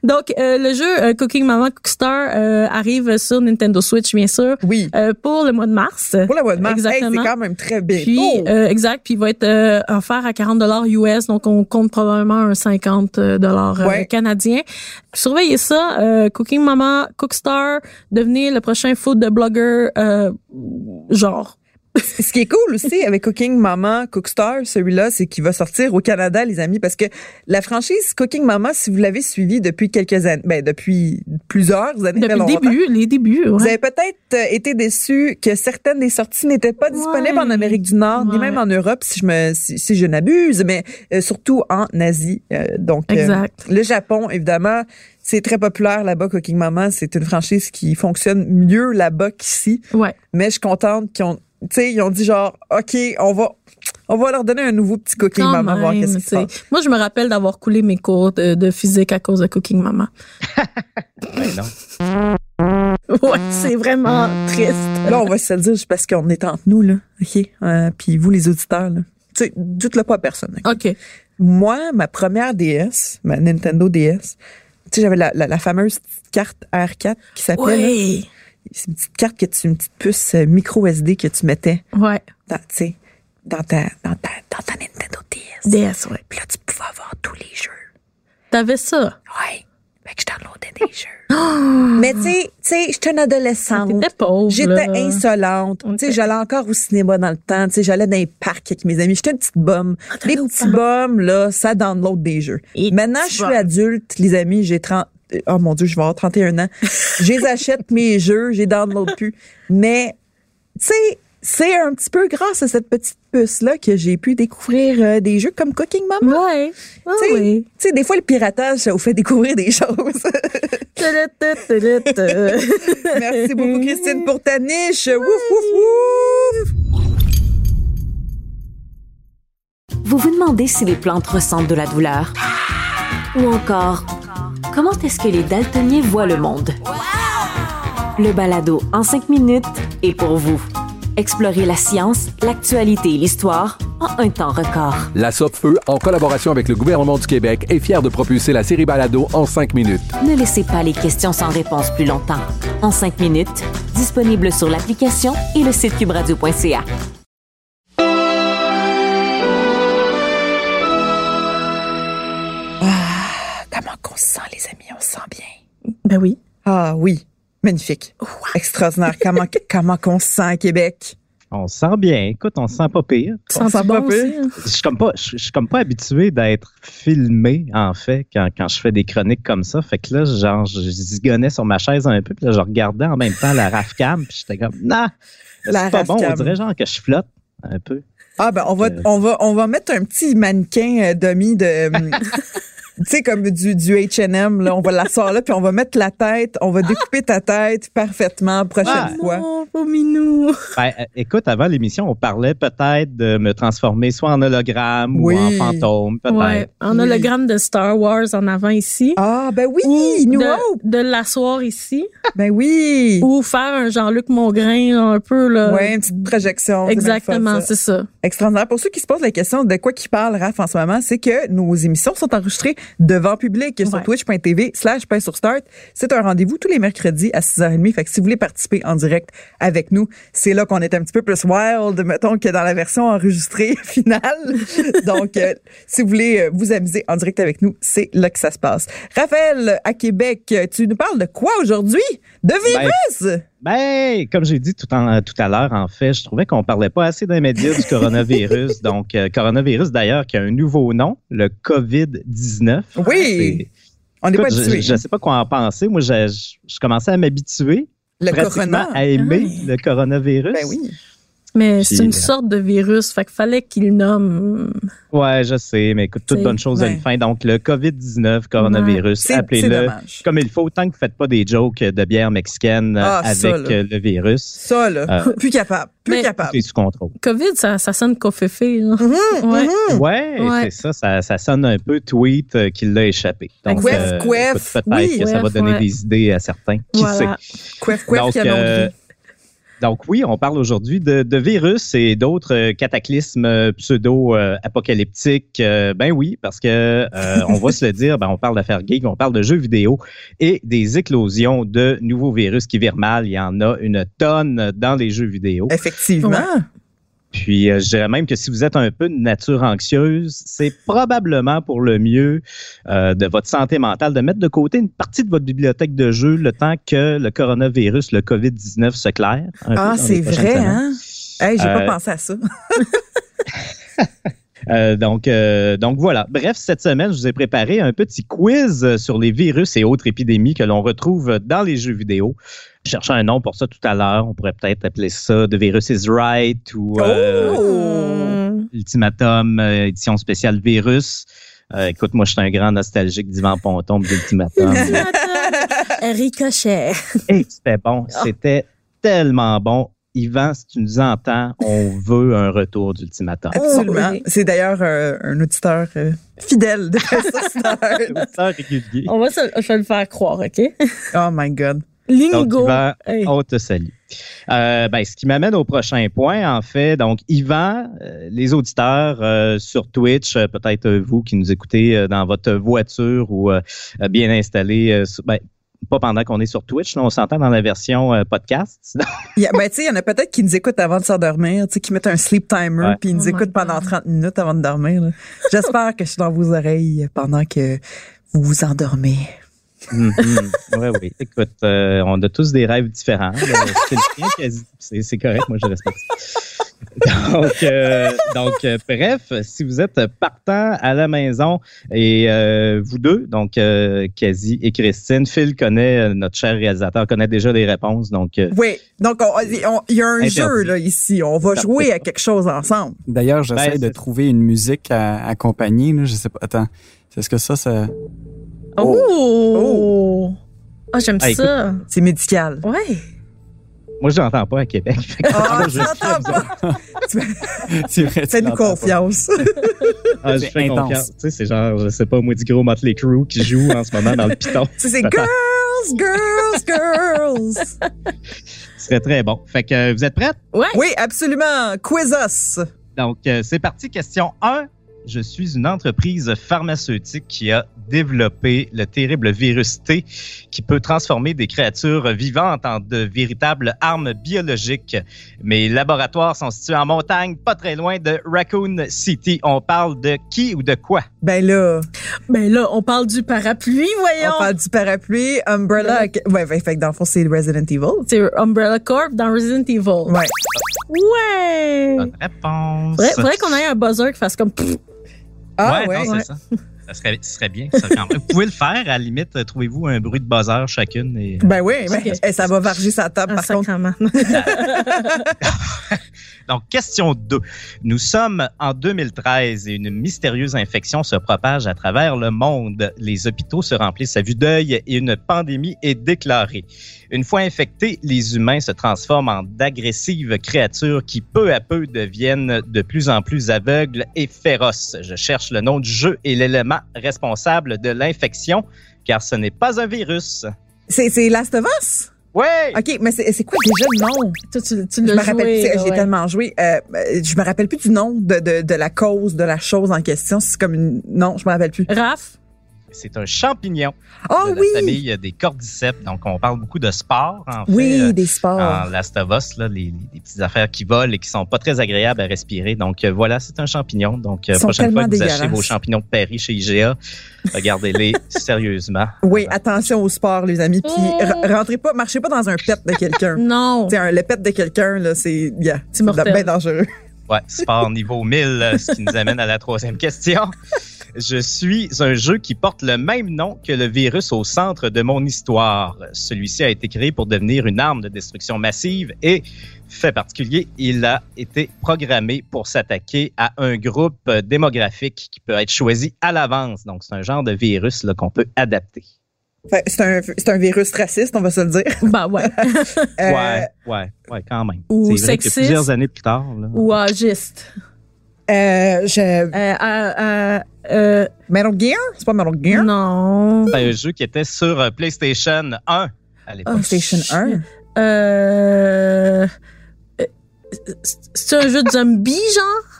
C: Donc, euh, le jeu euh, Cooking Mama Cookstar euh, arrive sur Nintendo Switch, bien sûr,
B: Oui.
C: euh, pour le mois de mars.
B: Pour la mois de mars, hey, c'est
C: Exactement.
B: quand même très bien.
C: Puis, euh, exact, puis il va être euh, offert à 40 US, donc on compte probablement un 50 dollars
B: Ouais.
C: canadien. Surveillez ça, euh, Cooking Mama, Cookstar, devenez le prochain food de blogger euh, genre.
B: Oh, Ce qui est cool aussi avec Cooking Mama, Cookstar, celui-là, c'est qu'il va sortir au Canada, les amis, parce que la franchise Cooking Mama, si vous l'avez suivi depuis quelques années, ben depuis plusieurs années,
C: Depuis
B: très
C: le
B: longtemps,
C: début, les débuts. ouais.
B: Vous avez peut-être euh, été déçu que certaines des sorties n'étaient pas disponibles
C: Ouais.
B: en Amérique du Nord, ni
C: Ouais.
B: même en Europe, si je me, si, si je n'abuse, mais euh, surtout en Asie. Euh, donc, euh,
C: Exact.
B: le Japon, évidemment, c'est très populaire là-bas, Cooking Mama. C'est une franchise qui fonctionne mieux là-bas qu'ici.
C: Ouais.
B: Mais je suis contente qu'ils ont, tu sais, ils ont dit genre, OK, on va, on va leur donner un nouveau petit Cooking
C: Quand
B: Mama, voir
C: même,
B: qu'est-ce qui
C: tu
B: se
C: sais.
B: passe.
C: Moi, je me rappelle d'avoir coulé mes cours de, de physique à cause de Cooking Mama.
D: Ben non.
C: Ouais,
B: Mm.
C: c'est vraiment triste.
B: Là, on va se le dire, c'est parce qu'on est entre nous, là. OK? Euh, puis vous, les auditeurs, là. Tu sais, dites-le pas à personne. OK?
C: OK.
B: Moi, ma première DS, ma Nintendo DS, tu sais, j'avais la, la, la fameuse petite carte R4 qui s'appelait. là.
C: Oui.
B: C'est une petite carte que tu, une petite puce euh, micro SD que tu mettais
C: Ouais.
B: dans, tu sais, dans ta, dans ta, dans ta Nintendo DS.
C: DS, ouais.
B: Puis là, tu pouvais avoir tous les jeux.
C: T'avais ça.
B: Ouais. Fait que je downloadais des jeux. Mais tu sais, tu sais, j'étais une adolescente.
C: Ah. T'étais pauvre.
B: J'étais
C: là.
B: insolente.
C: On
B: Tu sais,
C: était-
B: j'allais encore au cinéma dans le temps. Tu sais, j'allais dans les parcs avec mes amis. J'étais une petite bum.
C: t'allais
B: Les
C: au
B: petits
C: parc.
B: bums, là, ça download des jeux.
C: Et
B: Maintenant,
C: petits
B: je suis
C: bums.
B: adulte, les amis. J'ai 30, oh mon Dieu, je vais avoir 31 ans. J'achète mes jeux, j'ai download plus. Mais, tu sais, c'est un petit peu grâce à cette petite puce-là que j'ai pu découvrir euh, des jeux comme Cooking Mama.
C: Ouais. Ah
B: Tu sais,
C: oui.
B: tu sais, des fois, le piratage, ça vous fait découvrir des choses. Merci beaucoup, Christine, pour ta niche. Wouf, wouf, wouf.
A: Vous vous demandez si les plantes ressentent de la douleur Ou encore, comment est-ce que les daltoniens voient le monde Le balado en cinq minutes est pour vous. Explorez la science, l'actualité et l'histoire en un temps record.
E: La Feu, en collaboration avec le gouvernement du Québec, est fière de propulser la série Balado en cinq minutes.
A: Ne laissez pas les questions sans réponse plus longtemps. En cinq minutes, disponible sur l'application et le site cubradio.ca.
B: Comment qu'on se sent, les amis? On se sent bien.
C: Ben oui.
B: Ah oui, magnifique. Extraordinaire. Comment, comment qu'on se sent à Québec?
D: On se sent bien. Écoute, on se sent pas pire.
C: Tu sens
B: sent
C: pas
B: pas
C: bon
B: pire.
C: aussi, hein?
D: Je suis comme pas, je, je suis comme pas habitué d'être filmé, en fait, quand, quand je fais des chroniques comme ça. Fait que là, genre, je zigonnais sur ma chaise un peu, puis là, je regardais en même temps la RAFCAM, puis j'étais comme, non,
B: La
D: c'est pas bon. On
B: RAFCAM.
D: dirait genre que je flotte un peu.
B: Ah ben on va,
D: Euh.
B: on va, on va mettre un petit mannequin euh, demi de. hum, Tu sais, comme du, du H&M, là, on va la sortir là, puis on va mettre la tête, on va découper ta tête parfaitement prochaine
D: Ah.
B: fois.
C: Non, pas minou.
D: Ben, euh, écoute, avant l'émission, on parlait peut-être de me transformer soit en hologramme
B: Oui.
D: ou en fantôme, peut-être.
C: Ouais. On a
B: Oui.
C: le gramme de Star Wars en avant ici.
B: Ah, ben oui,
C: Ou
B: New Hope!
C: de, de l'asseoir ici.
B: Ben oui!
C: Ou faire un Jean-Luc Mongrain là, un peu, là.
B: Ouais, une petite projection. c'est bien le fun,
C: Euh, Exactement,
B: ça.
C: c'est ça.
B: Extraordinaire. Pour ceux qui se posent la question de quoi qui parle Raph en ce moment, c'est que nos émissions sont enregistrées devant public sur
C: Ouais.
B: twitch.tv slash pain sur start. C'est un rendez-vous tous les mercredis à 6h30. Fait que si vous voulez participer en direct avec nous, c'est là qu'on est un petit peu plus wild, mettons, que dans la version enregistrée finale. Donc, euh, si vous voulez euh, vous amuser en direct avec nous, c'est là que ça se passe. Raphaël, à Québec, euh, tu nous parles de quoi aujourd'hui? De virus!
D: Ben, comme j'ai dit tout, en- tout à l'heure, en fait, je trouvais qu'on parlait pas assez d'un média du coronavirus. Donc, euh, coronavirus, d'ailleurs, qui a un nouveau nom, le COVID-19.
B: Oui! On n'est pas
D: Écoute,
B: habitué.
D: Je ne sais pas quoi en penser. Moi, je, je- je commençais à m'habituer
B: Le
D: pratiquement
B: corona.
D: à aimer
C: Ah.
D: le coronavirus.
B: Ben oui.
C: Mais c'est
D: Puis, euh,
C: une sorte de virus, fait qu'il fallait qu'il nomme.
D: Ouais, je sais, mais écoute, toute
C: C'est-
D: bonne chose a
B: ouais.
D: une fin. Donc, le COVID-19, coronavirus,
B: C'est c'est
D: appelez-le
B: dommage.
D: comme il faut, tant que vous ne faites pas des jokes de bière mexicaine euh,
B: Ah,
D: avec
B: ça, là. Ah.
D: euh, le virus.
B: Ça, là,
D: Euh,
B: plus capable, plus
C: Mais-
D: Tout
B: capable.
D: est sous contrôle.
C: COVID, ça, ça sonne coféfé. hein.
B: Mhm,
C: Ouais.
B: mhm.
D: Ouais,
C: Ouais.
D: c'est ça, ça, ça sonne un peu tweet euh, qu'il l'a échappé. Donc,
C: Exact.
D: euh,
B: Couef,
D: écoute,
B: couef,
D: peut-être
B: oui.
D: que ça va
C: Couef,
D: donner
C: ouais.
D: des idées à certains. Qui sait?
C: Voilà.
B: Couef, couef,
D: donc,
B: canon de
D: euh,
B: vie.
D: donc oui, on parle aujourd'hui de, de virus et d'autres euh, cataclysmes euh, pseudo-apocalyptiques. Euh, ben oui, parce que euh, on va se le dire, ben, on parle d'affaires geek, on parle de jeux vidéo et des éclosions de nouveaux virus qui virent mal. Il y en a une tonne dans les jeux vidéo.
B: Effectivement.
D: Puis euh, je dirais même que si vous êtes un peu de nature anxieuse, c'est probablement pour le mieux euh, de votre santé mentale de mettre de côté une partie de votre bibliothèque de jeux le temps que le coronavirus, le COVID-19 se claire. un peu dans
B: Ah,
D: les
B: c'est
D: prochaines
B: vrai,
D: semaines.
B: hein? Hey, j'ai pas
D: Euh,
B: pensé à ça.
D: Euh, donc, euh, donc voilà. Bref, cette semaine, je vous ai préparé un petit quiz euh, sur les virus et autres épidémies que l'on retrouve dans les jeux vidéo. Je cherchais un nom pour ça tout à l'heure. On pourrait peut-être appeler ça The Virus is Right ou euh,
B: Oh!
D: Ultimatum, euh, édition spéciale Virus. Euh, écoute, moi, je suis un grand nostalgique d'Ivan Ponton puis d'Ultimatum.
C: Ricochet.
D: Et c'était bon. C'était tellement bon. Yvan, si tu nous entends, on veut un retour d'Ultimatum.
B: Absolument.
C: Oh, oui.
B: C'est d'ailleurs euh, un auditeur euh, fidèle de Source
D: Auditeur régulier.
C: On va se, je vais le faire croire, OK?
B: Oh my God.
D: Donc,
C: Lingo.
D: Yvan,
C: Hey.
D: on te salue. Euh, ben, ce qui m'amène au prochain point, en fait. Donc, Yvan, euh, les auditeurs euh, sur Twitch, euh, peut-être euh, vous qui nous écoutez euh, dans votre voiture ou euh, euh, bien installé, euh, sur- ben, pas pendant qu'on est sur Twitch, là, on s'entend dans la version euh, podcast. Sinon,
B: Il y a- ben, tu sais, il y en a peut-être qui nous écoutent avant de s'endormir, tu sais, qui mettent un sleep timer
D: Ouais.
B: puis ils nous
C: Oh my
B: écoutent pendant
C: God.
B: 30 minutes avant de dormir. là. J'espère que je suis dans vos oreilles pendant que vous vous endormez.
D: Mhm. Ouais, oui. Écoute, euh, on a tous des rêves différents. là. C'est le tien, quasi. C'est- c'est correct, moi je respecte. ça. Donc, euh, donc euh, bref, si vous êtes partant à la maison et euh, vous deux, donc euh, Quasi et Christine, Phil connaît euh, notre cher réalisateur, connaît déjà les réponses. Donc, euh,
B: Oui. Donc, on- on- il y a un
D: Interdit.
B: jeu, là, ici. On va
D: Parfait.
B: jouer à quelque chose ensemble.
F: D'ailleurs, j'essaie
D: Ben,
F: de
D: c'est-
F: trouver une musique à accompagner. Là. Je sais pas. Attends. C'est ce que ça, ça.
C: Oh! Ah, j'aime
D: Ah, écoute.
C: ça.
B: C'est médical.
C: Ouais.
D: moi je l'entends pas à Québec. Fait que
B: Ah,
D: là, je-
B: tu l'entends pas.
F: C'est vrai, tu
B: Fais-nous
F: l'entends pas.
B: confiance.
D: ah, je
F: C'est
D: fais
F: intense.
D: confiance. Tu sais, c'est genre, je sais pas, moi du gros Motley Crew qui joue en ce moment dans le piton.
B: Tu sais, c'est girls, girls, girls.
D: Ce serait très bon. Fait que euh, vous êtes prêts?
C: Ouais.
B: Oui, absolument. Quiz us.
D: Donc, euh, c'est parti. Question 1. Je suis une entreprise pharmaceutique qui a développé le terrible virus T qui peut transformer des créatures vivantes en de véritables armes biologiques. Mes laboratoires sont situés en montagne, pas très loin de Raccoon City. On parle de qui ou de quoi?
B: Ben là,
C: Ben là, on parle du parapluie, voyons.
B: on parle du parapluie, Umbrella. Ouais, ben, fait que dans le fond, c'est Resident Evil.
C: C'est Umbrella Corp dans Resident Evil.
B: Ouais.
C: Ouais.
D: Bonne réponse.
C: Faudrait, faudrait qu'on ait un buzzer qui fasse comme. pfff.
B: Ah,
D: ouais,
B: ouais.
D: non, c'est ça. Ça serait, ce serait bien. ça, quand même. Vous pouvez le faire, à la limite, euh, trouvez-vous un bruit de buzzer chacune. Et... euh,
B: Ben oui, ben,
C: Ok.
B: eh, ça va varger sa table,
C: Ah,
B: par contre.
C: sacrément.
D: Donc, question 2. Nous sommes en 2013 et une mystérieuse infection se propage à travers le monde. Les hôpitaux se remplissent à vue d'œil et une pandémie est déclarée. Une fois infectés, les humains se transforment en d'agressives créatures qui peu à peu deviennent de plus en plus aveugles et féroces. Je cherche le nom du jeu et l'élément responsable de l'infection, car ce n'est pas un virus.
B: C'est c'est Last of Us?
D: Ouais!
B: OK, mais c'est c'est quoi déjà le nom?
C: Toi, tu,
B: Je
C: tu l'as
B: me
C: joué.
B: rappelle plus,
C: là,
B: j'ai
C: ouais.
B: tellement joué. Euh, euh, je me rappelle plus du nom de, de, de la cause, de la chose en question. C'est comme une... Non, je me rappelle plus.
C: Raph,
D: C'est un champignon
B: Ah
D: de la
B: oui!
D: famille des cordyceps. Donc, on parle beaucoup de sport, en
B: Oui,
D: fait. euh,
B: des sports.
D: En Last of Us, là, les, les- les petites affaires qui volent et qui sont pas très agréables à respirer. Donc euh, voilà, c'est un champignon. Donc euh,
B: Ils sont
D: prochaine fois que vous
B: tellement
D: achetez vos
B: dégueulasses.
D: champignons de Paris chez IGA, regardez-les sérieusement.
B: Oui, attention au sport, les amis. Puis
C: Oh.
B: re- rentrez pas, marchez pas dans un pet de quelqu'un.
C: Non.
B: T'sais, un- le pet de quelqu'un, là, c'est yeah, c'est
C: mortel.
B: bien dangereux.
D: Ouais, sport niveau 1000, euh, ce qui nous amène à la troisième question. Je suis un jeu qui porte le même nom que le virus au centre de mon histoire. Celui-ci a été créé pour devenir une arme de destruction massive et, fait particulier, il a été programmé pour s'attaquer à un groupe euh, démographique qui peut être choisi à l'avance. Donc, c'est un genre de virus là, qu'on peut adapter.
B: Fait, C'est un, c'est un virus raciste, on va se le dire.
C: Bah ouais.
B: Euh,
D: ouais, ouais, ouais, quand même.
C: ou
D: c'est vrai que
C: sexiste.
D: plusieurs années plus tard. Là,
C: Ou agiste.
B: euh, je-
C: Euh, euh, euh,
B: Metal Gear? C'est pas Metal
C: euh,
B: Gear?
C: non.
D: c'est un jeu qui était sur euh, PlayStation 1 à l'époque.
C: Oh,
B: Station
C: shit.
B: 1.
C: Euh, euh, c'est un jeu de zombies, genre?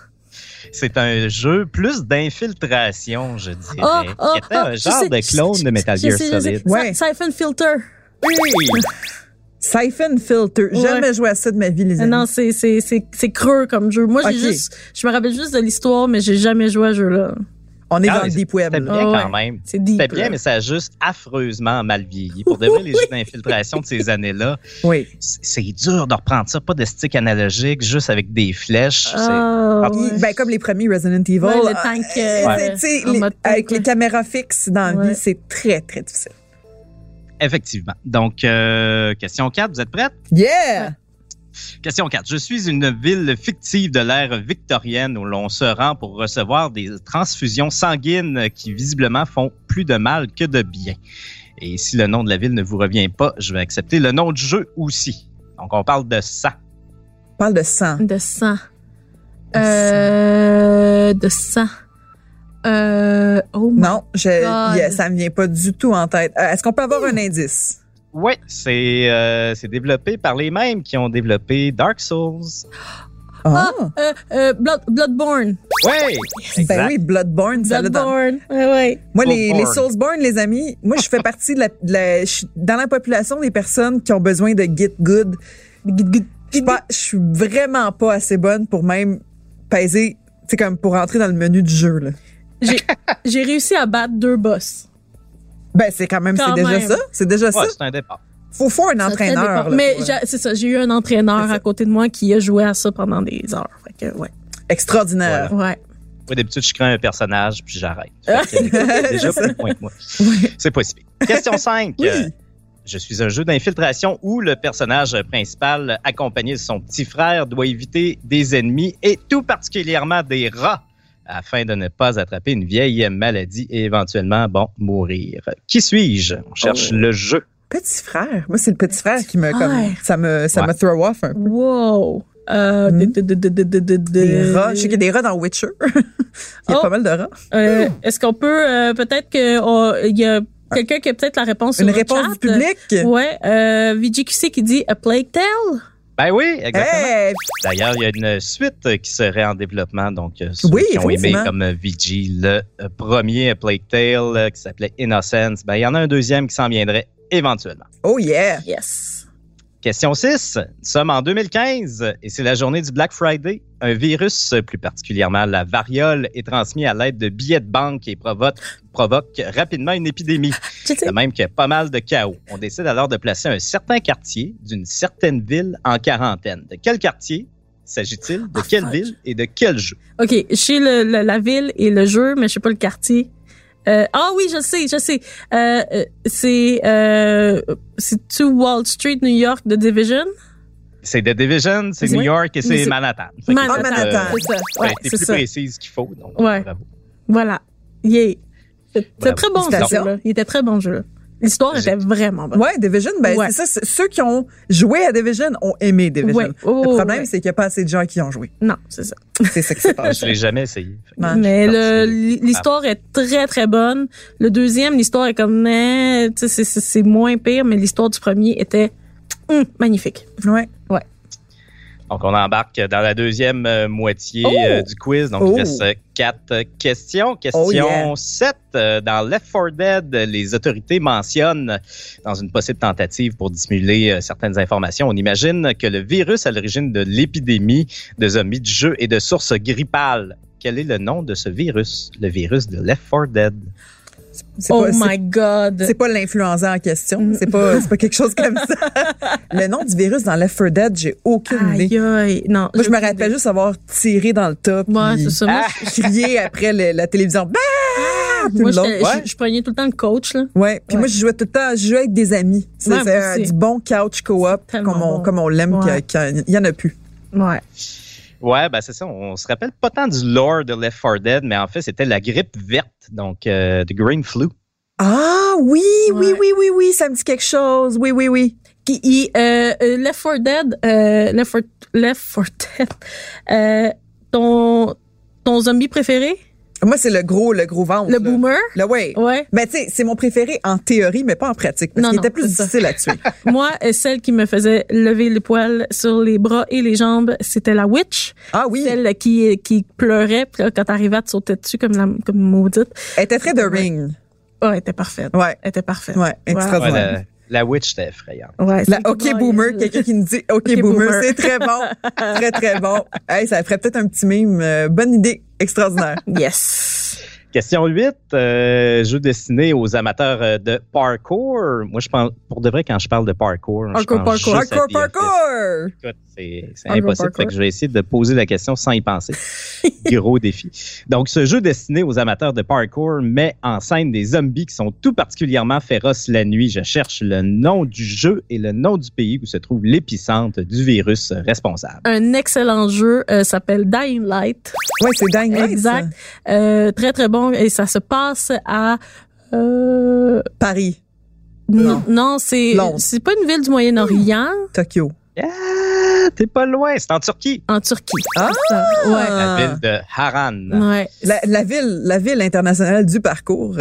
D: C'est un jeu plus d'infiltration, je dirais.
C: Ah, ah,
D: qui était
C: ah,
D: un
C: je
D: genre
C: sais,
D: de
C: je
D: clone
C: sais,
D: de Metal
C: je
D: Gear
C: sais, je sais.
D: Solid.
C: Sy-
B: Ouais.
C: Siphon Filter.
B: Siphon Filter.
C: Ouais.
B: Jamais joué à ça de ma vie, les
C: Mais
B: amis.
C: Non, c'est, c'est, c'est, c'est creux comme jeu. Moi, j'ai
B: Ok.
C: juste, je me rappelle juste de l'histoire, mais j'ai jamais joué à ce jeu-là.
B: On est
D: Ah,
B: dans le
D: mais
B: deep web.
D: C'était
B: là.
D: bien
C: Ah,
D: quand même.
C: C'est deep.
D: C'était bien,
C: là.
D: mais ça a juste affreusement mal vieilli. Pour de vrai, les jeux d'infiltration de ces années-là,
B: Oui.
D: c- c'est dur de reprendre ça, pas de stick analogique, juste avec des flèches. C'est-
C: Ah,
D: Ah,
C: ouais.
B: Puis, Ben, comme les premiers Resident Evil.
C: Ouais, le
B: euh,
C: tank, euh,
B: c'est-
C: ouais.
B: t'sais,
C: en
B: les-
C: mode tank,
B: avec les
C: ouais.
B: caméras fixes dans la
C: Ouais.
B: vie, c'est très, très difficile.
D: Effectivement. Donc, euh, question 4, vous êtes prête?
B: Yeah!
D: Question 4. Je suis une ville fictive de l'ère victorienne où l'on se rend pour recevoir des transfusions sanguines qui visiblement font plus de mal que de bien. Et si le nom de la ville ne vous revient pas, je vais accepter le nom du jeu aussi. Donc on parle de ça.
B: On parle de sang.
C: De sang. Ah,
B: De
C: Euh, de sang. Euh, oh my-
B: Non, je,
C: God.
B: yeah, ça me vient pas du tout en tête. Euh, Est-ce qu'on peut avoir un indice?
D: Oui, c'est euh, c'est développé par les mêmes qui ont développé Dark Souls.
B: Ah!
C: Euh, euh, Blood- Bloodborne.
D: Oui,
B: Ben
D: exact.
B: oui, Bloodborne, ça l'a dans-
C: Bloodborne. Ouais, ouais.
B: Moi, les, les
D: Bloodborne.
B: Soulsborne, les amis, moi, je fais partie de la, de la- je suis dans la population des personnes qui ont besoin de get good. Je suis pas- je suis vraiment pas assez bonne pour même peser, c'est comme pour entrer dans le menu du jeu, là.
C: J'ai, j'ai réussi à battre deux boss.
B: Ben, c'est quand même, c'est
C: Quand
B: déjà
C: même.
B: ça. C'est déjà
D: Ouais,
B: ça.
D: c'est un départ.
B: Faut, faut un
C: Ça, ça
B: entraîneur,
C: dépend.
B: là,
C: Mais
B: pour-
C: j'a- c'est ça, j'ai eu un entraîneur à côté de moi qui a joué à ça pendant des heures. Fait que, ouais.
B: Extraordinaire.
C: Ouais.
D: Moi, d'habitude, je crée un personnage puis j'arrête. Fait que, euh, Déjà plus de points que moi. C'est possible. Question 5. Euh, Je suis un jeu d'infiltration où le personnage principal, accompagné de son petit frère, doit éviter des ennemis et tout particulièrement des rats afin de ne pas attraper une vieille maladie et éventuellement, bon, mourir. Qui suis-je? On cherche le jeu.
B: Petit frère. Moi, c'est le petit frère qui me, comme,
C: frère.
B: ça me, ça
D: Ouais.
B: me throw off un peu.
C: Wow. Euh,
B: Hmm.
C: de- de- de- de- de- de- de-
B: Des rats. Je sais qu'il y a des rats dans Witcher. Il y a
C: Oh.
B: pas mal de rats.
C: Euh, Est-ce qu'on peut euh, peut-être que oh, il y a quelqu'un qui a peut-être la réponse
B: Une
C: sur le
B: réponse
C: chat.
B: du public.
C: Ouais, euh, VGQC qui dit A Plague Tale.
D: Ben oui, exactement.
B: Hey,
D: D'ailleurs, il y a une suite euh, qui serait en développement, donc euh, ceux
B: Oui,
D: qui ont aimé
B: effectivement.
D: comme euh, VG le euh, premier Plague Tale euh, qui s'appelait Innocence, ben il y en a un deuxième qui s'en viendrait éventuellement.
B: oh yeah.
C: Yes.
D: Question 6. Nous sommes en 2015 et c'est la journée du Black Friday. Un virus, plus particulièrement la variole, est transmis à l'aide de billets de banque et provoque, provoque rapidement une épidémie.
C: Je sais.
D: De même qu'il y a pas mal de chaos. On décide alors de placer un certain quartier d'une certaine ville en quarantaine. De quel quartier s'agit-il? De
C: Ah,
D: quelle
C: fudge.
D: ville et de quel jeu?
C: OK, je sais le- le- la ville et le jeu, mais je sais pas le quartier. Euh, Ah oui, je sais, je sais. Euh, euh, c'est euh, c'est tu Wall Street, New York, The Division.
D: C'est The Division, c'est
C: Oui.
D: New York et
C: Mais
D: c'est
C: c'est-
D: Manhattan.
C: Manhattan.
B: Ah, Manhattan.
C: C'est ça. Ouais, c'est
D: Ouais, t'es euh, ben, plus
C: ça.
D: précise qu'il faut. Donc,
C: Ouais.
D: bravo.
C: Voilà. Yeah. C'est
D: Bravo.
C: c'est très bon ce
B: Félicitations.
C: jeu-là. Il était très bon ce jeu-là. L'histoire
D: J'ai-
C: était vraiment bonne.
B: Ouais, Division, ben
C: Ouais.
B: c'est ça. c'est- Ceux qui ont joué à Division ont aimé Division.
C: Ouais. Oh,
B: Le problème,
C: ouais.
B: c'est qu'il n'y a pas assez de gens qui ont joué.
C: Non, c'est ça.
B: C'est ça qui s'est
D: Je
B: passé.
D: l'ai jamais essayé. Fait que
B: Ouais.
D: je
C: Mais
D: suis
C: le-
D: parti.
C: l'histoire est très, très bonne. Le deuxième, l'histoire est comme, eh, tu sais, c'est- c'est hmm, c'est moins pire, mais l'histoire du premier était hum, magnifique.
B: Ouais.
D: Donc, on embarque dans la deuxième euh, moitié euh, du quiz. Donc,
B: Oh.
D: il reste euh, quatre euh, questions. Question
B: Oh, yeah.
D: 7. euh, Dans Left 4 Dead, euh, les autorités mentionnent, euh, dans une possible tentative pour dissimuler euh, certaines informations, on imagine que le virus à l'origine de l'épidémie de zombies du jeu est de source grippale. Quel est le nom de ce virus? Le virus de Left 4 Dead.
B: C'est
C: Oh
B: pas- c'est-
C: my Mm. God.
B: C'est pas l'influenza en question. C'est pas, c'est pas quelque chose comme ça. Le nom du virus dans Left 4 Dead, j'ai aucune idée.
C: Aïe, aïe. Non.
B: Moi,
C: j'ai
B: je me
C: aucune
B: rappelle
C: idée.
B: juste avoir tiré dans le top.
C: Ouais,
B: puis
C: c'est ça. Moi, Ah!
B: crier après le- la télévision. Bah! Tout
C: Moi,
B: le long.
C: j'étais-
D: Ouais.
C: je, je prenais tout le temps le coach, là.
B: Ouais. Puis moi, je jouais tout le temps, je jouais avec des amis. C'est
C: Ouais, moi
B: c'est, euh,
C: aussi.
B: du bon couch co-op,
C: C'est
B: comme
C: tellement
B: on,
C: bon.
B: comme on l'aime,
C: Ouais.
B: que- qu'il y en a plus.
C: Ouais.
D: Ouais, ben c'est ça. On se rappelle pas tant du lore de Left 4 Dead, mais en fait, c'était la grippe verte, donc euh, the green flu.
B: Ah oui, oui,
C: Ouais.
B: oui, oui, oui, ça me dit quelque chose. Oui, oui, oui.
C: Qui, il, euh, euh, Left 4 Dead, euh, Left 4, Left 4 Dead, euh, ton, ton zombie préféré?
B: Moi, c'est le gros, le gros ventre.
C: Le
B: là.
C: boomer?
B: Le ouais.
C: Ouais.
B: Ben, tu sais, c'est mon préféré en théorie, mais pas en pratique, parce
C: Non,
B: qu'il
C: non,
B: était plus
C: c'est ça.
B: difficile à tuer.
C: Moi, euh, celle qui me faisait lever les poils sur les bras et les jambes, c'était la witch.
B: Ah oui, elle
C: Celle qui, qui pleurait, puis là, quand t'arrivais, elle te sautait dessus comme, la, comme une maudite.
B: était très de ring.
C: Oh, elle était parfaite.
B: Ouais,
C: Elle était parfaite.
B: ouais,
D: Ouais,
B: extraordinaire.
D: la, la witch, c'était effrayant.
C: Ouais,
B: La
C: celle qui
B: OK
C: braillait,
B: Boomer,
C: là.
B: quelqu'un qui nous dit OK,
C: OK
B: Boomer,
C: boomer.
B: c'est très bon, très très bon. Hey, ça ferait peut-être un petit mime. Euh, bonne idée, extraordinaire.
C: Yes.
D: Question 8, euh, jeu destiné aux amateurs euh, de parkour. Moi, je pense, pour de vrai, quand je parle de parkour, je
C: Parkour,
D: pense
C: parkour.
D: juste à
B: Parkour,
D: BFF.
B: parkour.
D: Écoute, C'est c'est
C: Parkour,
D: impossible,
C: parkour.
D: fait que je vais essayer de poser la question sans y penser. Gros défi. Donc, ce jeu destiné aux amateurs de parkour met en scène des zombies qui sont tout particulièrement féroces la nuit. Je cherche le nom du jeu et le nom du pays où se trouve l'épicentre du virus responsable.
C: Un excellent jeu euh, s'appelle Dying Light.
B: Ouais, c'est dingue.
C: Exact. Euh, très, très bon. Et ça se passe à... Euh,
B: Paris, Non.
C: non, non c'est
B: Londres.
C: c'est pas une ville du Moyen-Orient,
B: Tokyo.
D: Ah, T'es pas loin, c'est en Turquie.
C: en Turquie.
B: Ah!
C: Ouais.
D: La
B: Ah.
D: ville de Haran.
C: Ouais.
B: La, la ville, la ville internationale du parcours.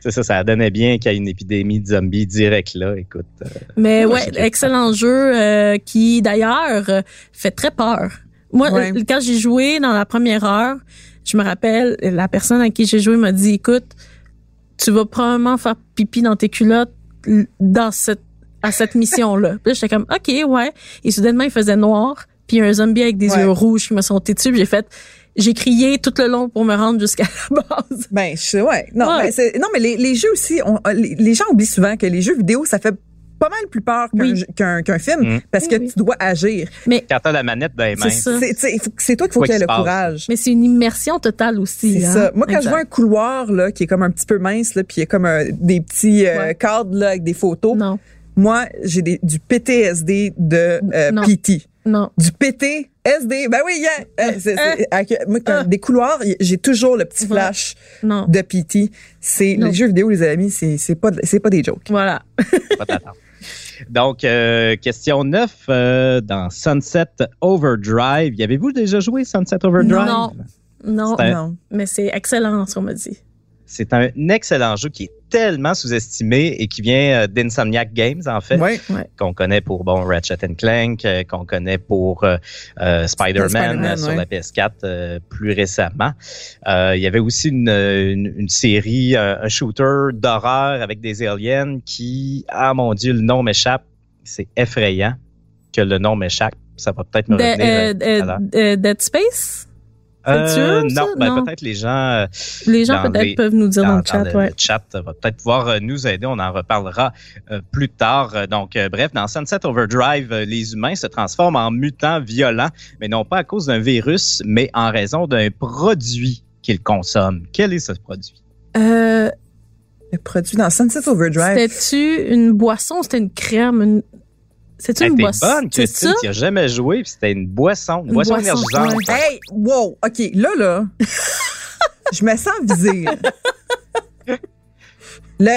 D: C'est ça, ça donnait bien qu'il y ait une épidémie de zombies direct là. Écoute, euh,
C: Mais
D: Ouais,
C: ouais,
D: c'est
C: excellent jeu euh, qui d'ailleurs euh, fait très peur. Moi,
B: Ouais.
C: euh, quand j'ai joué dans la première heure, je me rappelle la personne à qui j'ai joué m'a dit écoute, tu vas probablement faire pipi dans tes culottes l- dans cette à cette mission là. Puis là, j'étais comme OK, ouais. Et soudainement, il faisait noir, puis il y a un zombie avec des
B: Ouais.
C: yeux rouges qui me sauté dessus, puis j'ai fait j'ai crié tout le long pour me rendre jusqu'à la base.
B: ben, je sais, ouais. Non,
C: Ouais.
B: ben, c'est- non mais les, les jeux aussi, on- euh, les, les gens oublient souvent que les jeux vidéo, ça fait pas mal plus peur qu'un
C: Oui.
B: jeu- qu'un qu'un film
D: Mm.
B: parce que
C: Oui, oui.
B: tu dois agir.
D: quand t'as la manette dans les
C: C'est
D: mains,
C: ça.
B: C'est- C'est faut- c'est toi qu'il faut
D: Quoi
B: qu'il y ait
D: qu'il
B: le
D: se passe.
B: courage.
C: Mais c'est une immersion totale aussi.
B: C'est
C: hein.
B: ça. Moi, quand je
C: Exact.
B: vois un couloir là, qui est comme un petit peu mince, là, puis il y a comme un- des petits euh,
C: Ouais.
B: cadres là, avec des photos,
C: Non,
B: moi, j'ai des- du PTSD de euh,
C: Non.
B: PT.
C: non.
B: Du PTSD. Ben oui, yeah. Euh, c'est- c'est- avec- moi, quand des couloirs, y- j'ai toujours le petit
C: Ah. Ouais.
B: flash
C: Non.
B: de PT. C'est
C: Non.
B: les jeux vidéo, les amis, c'est c'est pas c'est pas des jokes.
C: Voilà.
D: pas d'attente. Donc, euh, question 9, euh, dans Sunset Overdrive, y avez-vous déjà joué Sunset Overdrive?
C: Non. Non,
D: C'est un-
B: Non.
C: mais c'est excellent ce qu'on m'a dit.
D: C'est un excellent jeu qui est tellement sous-estimé et qui vient euh, d'Insomniac Games, en fait,
B: Ouais.
D: qu'on connaît pour bon, Ratchet Clank, euh, qu'on connaît pour euh, euh, Spider-Man
B: Spider-Man,
D: euh, sur
B: ouais.
D: la PS4 euh, plus récemment. Euh, Il y avait aussi une, une- une série, euh, un, un shooter d'horreur avec des aliens qui, ah mon Dieu, le nom m'échappe. C'est effrayant que le nom m'échappe. Ça va peut-être me
C: De-
D: revenir. euh,
C: euh,
D: tout à l'heure.
C: euh, Dead Space? c'est
D: Euh,
C: dur, ça?
D: non, ben,
C: Non.
D: peut-être les gens euh,
C: Les gens
D: Dans
C: peut-être
D: les-
C: peuvent nous dire dans, le chat,
D: le
C: ouais.
D: chat va peut-être pouvoir euh, nous aider. On en reparlera euh, plus tard. Euh, Donc, euh, bref, dans Sunset Overdrive, euh, les humains se transforment en mutants violents, mais non pas à cause d'un virus, mais en raison d'un produit qu'ils consomment. Quel est ce produit?
C: Euh,
B: Le produit dans Sunset Overdrive.
C: C'était-tu une boisson ou c'était une crème? Une... C'était
D: Hey,
C: une
D: T'es
C: boisson?
D: bonne,
C: C'est
D: Christine,
C: ça?
D: qui a jamais joué, puis c'était une boisson, une,
C: Une
D: boisson,
C: boisson,
D: énergisante.
C: ouais.
B: Hey, wow, ok, là là, je me sens visée. Le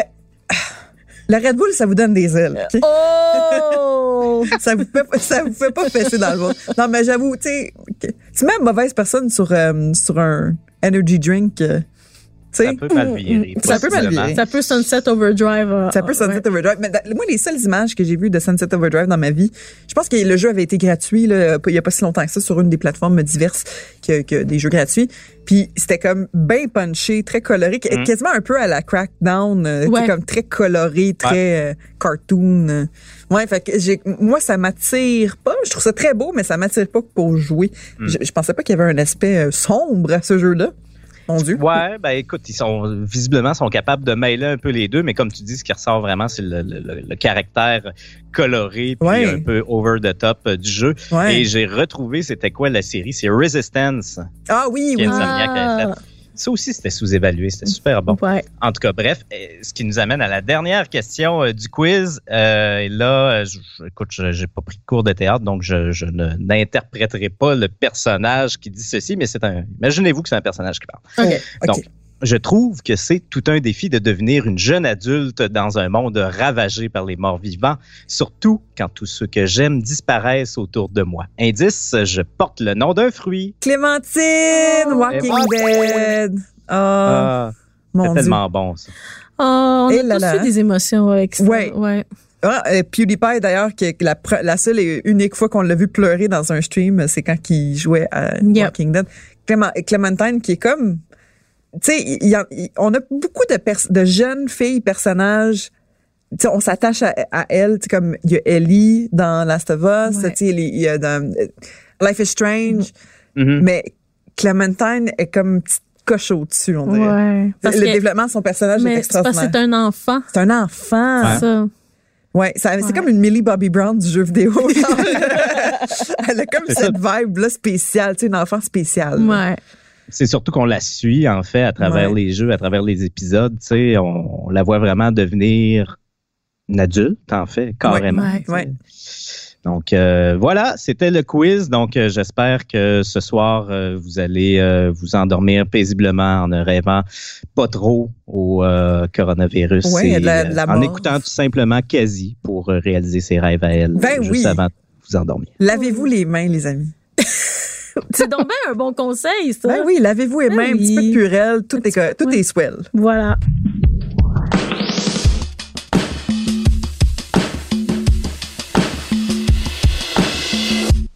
B: le Red Bull, ça vous donne des ailes. ok?
C: Oh!
B: ça vous fait ça vous fait pas fesser dans le ventre. Non mais j'avoue, tu sais, que- tu mets une mauvaise personne sur euh, sur un energy drink, euh, sais.
D: ça peut mal virer.
B: Ça peut mal
D: possiblement.
B: virer.
C: Ça peut Sunset Overdrive. euh,
B: Ça peut Sunset
C: ouais.
B: Overdrive. Mais dans- moi, les seules images que j'ai vues de Sunset Overdrive dans ma vie, je pense que le jeu avait été gratuit là, il y a pas si longtemps que ça sur une des plateformes diverses que, que des jeux gratuits. Puis c'était comme bien punché, très coloré, qu-
D: Mm.
B: quasiment un peu à la Crackdown, euh, tu sais,
C: Ouais.
B: comme très coloré, très euh, cartoon. Ouais, fait que j'ai, moi ça m'attire pas. Je trouve ça très beau, mais ça m'attire pas pour jouer.
D: Mm.
B: Je, je pensais pas qu'il y avait un aspect euh, sombre à ce jeu-là. Mon Dieu.
D: Ouais, ben écoute, ils sont visiblement sont capables de mêler un peu les deux, mais comme tu dis, ce qui ressort vraiment, c'est le, le- le- le caractère coloré puis
B: Ouais.
D: un peu over the top euh, du jeu.
B: Ouais.
D: Et j'ai retrouvé, c'était quoi la série C'est Resistance.
B: Ah oui,
D: que
B: oui.
D: Insomniac avait fait. Ça aussi, c'était sous-évalué, c'était super bon.
C: Ah, Ouais.
D: En tout cas, bref, euh, ce qui nous amène à la dernière question euh, du quiz. Euh, et là, euh, je- je- écoute, je n'ai pas pris de cours de théâtre, donc je, je ne- n'interpréterai pas le personnage qui dit ceci, mais c'est un. Imaginez-vous que c'est un personnage qui parle.
C: Ah, OK.
B: Ok.
D: Donc, je trouve que c'est tout un défi de devenir une jeune adulte dans un monde ravagé par les morts vivants, surtout quand tous ceux que j'aime disparaissent autour de moi. Indice, je porte le nom d'un fruit.
B: Clémentine,
C: Oh.
B: Walking
C: Eh,
D: bon.
B: Dead.
C: Euh,
B: Ah,
D: Ah,
B: mon
D: c'est
B: Dieu.
D: tellement bon, ça.
C: Oh, on
B: Et
C: a
B: là
C: tous
B: là.
C: eu des émotions avec ça.
B: Ouais.
C: ouais.
B: Ah, euh, PewDiePie, d'ailleurs, que que la, pre- la seule et unique fois qu'on l'a vu pleurer dans un stream, c'est quand il jouait à
C: Yep.
B: Walking Dead. Clément- Clémentine, qui est comme... Tu sais, il y en- il- on a beaucoup de, pers- de jeunes filles, personnages... Tu sais, on s'attache à, à elles, tu sais, comme il y a Ellie dans Last of Us,
C: Ouais.
B: tu sais, il y a- il y a dans euh, Life is Strange,
C: Mm-hmm.
D: Mhm.
B: mais Clémentine est comme une petite coche au-dessus, on dirait.
C: Ouais. Parce
B: le
C: que-
B: développement de son personnage est
C: mais c'est parce que
B: extraordinaire.
C: c'est un enfant.
B: C'est un enfant.
C: c'est Ça.
B: Ouais, ça- c'est
C: Ouais.
B: comme une Millie Bobby Brown du jeu vidéo. genre. Elle a comme
D: C'est
B: cette vibe là spéciale, tu sais, une enfant spéciale.
C: Ouais.
D: C'est surtout qu'on la suit, en fait, à travers
B: Ouais.
D: les jeux, à travers les épisodes. Tu sais, on, on la voit vraiment devenir une adulte, en fait, carrément.
C: Ouais,
B: ouais.
D: Donc, euh, voilà, c'était le quiz. Donc, euh, j'espère que ce soir, euh, vous allez euh, vous endormir paisiblement en ne rêvant pas trop au euh, coronavirus.
B: Ouais,
D: et,
B: de la- de la
D: euh, en
B: mort.
D: écoutant tout simplement quasi pour euh, réaliser ses rêves à elle
B: Ben
D: euh, juste
B: oui.
D: avant de vous endormir.
B: Lavez-vous les mains, les amis.
C: C'est donc bien un bon conseil, ça.
B: Ben oui, lavez-vous les
C: Ben
B: mains, un petit peu
C: oui.
B: de purelle, tout, est, co- tout
C: ouais.
B: est swell.
C: Voilà.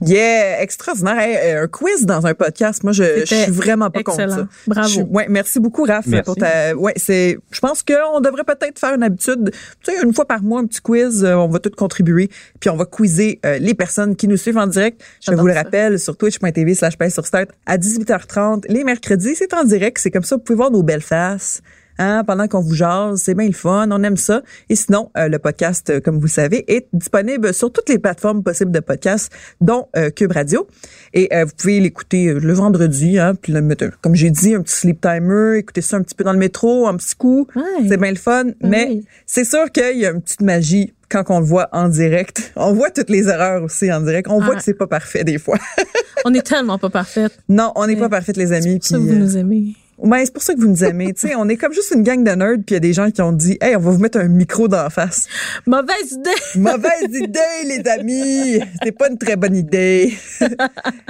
B: Yeah, extraordinaire. Hey, euh, un quiz dans un podcast, moi, je, je
C: C'était
B: suis vraiment pas
C: Excellent.
B: contre ça. Je suis-
C: Bravo.
B: ouais, merci beaucoup, Raph,
D: Merci.
B: pour ta. Ouais, c'est. Je pense qu'on devrait peut-être faire une habitude. Tu sais, une fois par mois, un petit quiz. euh, on va tous contribuer, puis on va quizer euh, les personnes qui nous suivent en direct. Je
C: J'adore
B: vous le
C: ça.
B: rappelle sur twitch.tv slash Paix sur Start à 18h30 les mercredis. C'est en direct, c'est comme ça. Vous pouvez voir nos belles faces. Hein, pendant qu'on vous jase, c'est bien le fun, on aime ça. Et sinon, euh, le podcast, euh, comme vous le savez, est disponible sur toutes les plateformes possibles de podcast, dont euh, Cube Radio. Et euh, vous pouvez l'écouter euh, le vendredi, hein, puis le mettre, euh, comme j'ai dit, un petit sleep timer, écouter ça un petit peu dans le métro, un petit coup.
C: Ouais.
B: C'est bien le fun, mais
C: oui.
B: c'est sûr qu'il y a une petite magie quand on le voit en direct. On voit toutes les erreurs aussi en direct. On voit
C: Ah.
B: que c'est pas parfait des fois.
C: On est tellement pas parfaite.
B: non, on n'est
C: Ouais.
B: pas parfait les amis.
C: Ça,
B: puis,
C: vous
B: euh,
C: nous aimez.
B: ben, c'est pour ça que vous nous aimez. tu sais, on est comme juste une gang de nerds, puis il y a des gens qui ont dit Hey, on va vous mettre un micro d'en face.
C: Mauvaise idée.
B: Mauvaise idée, les amis! C'est pas une très bonne idée.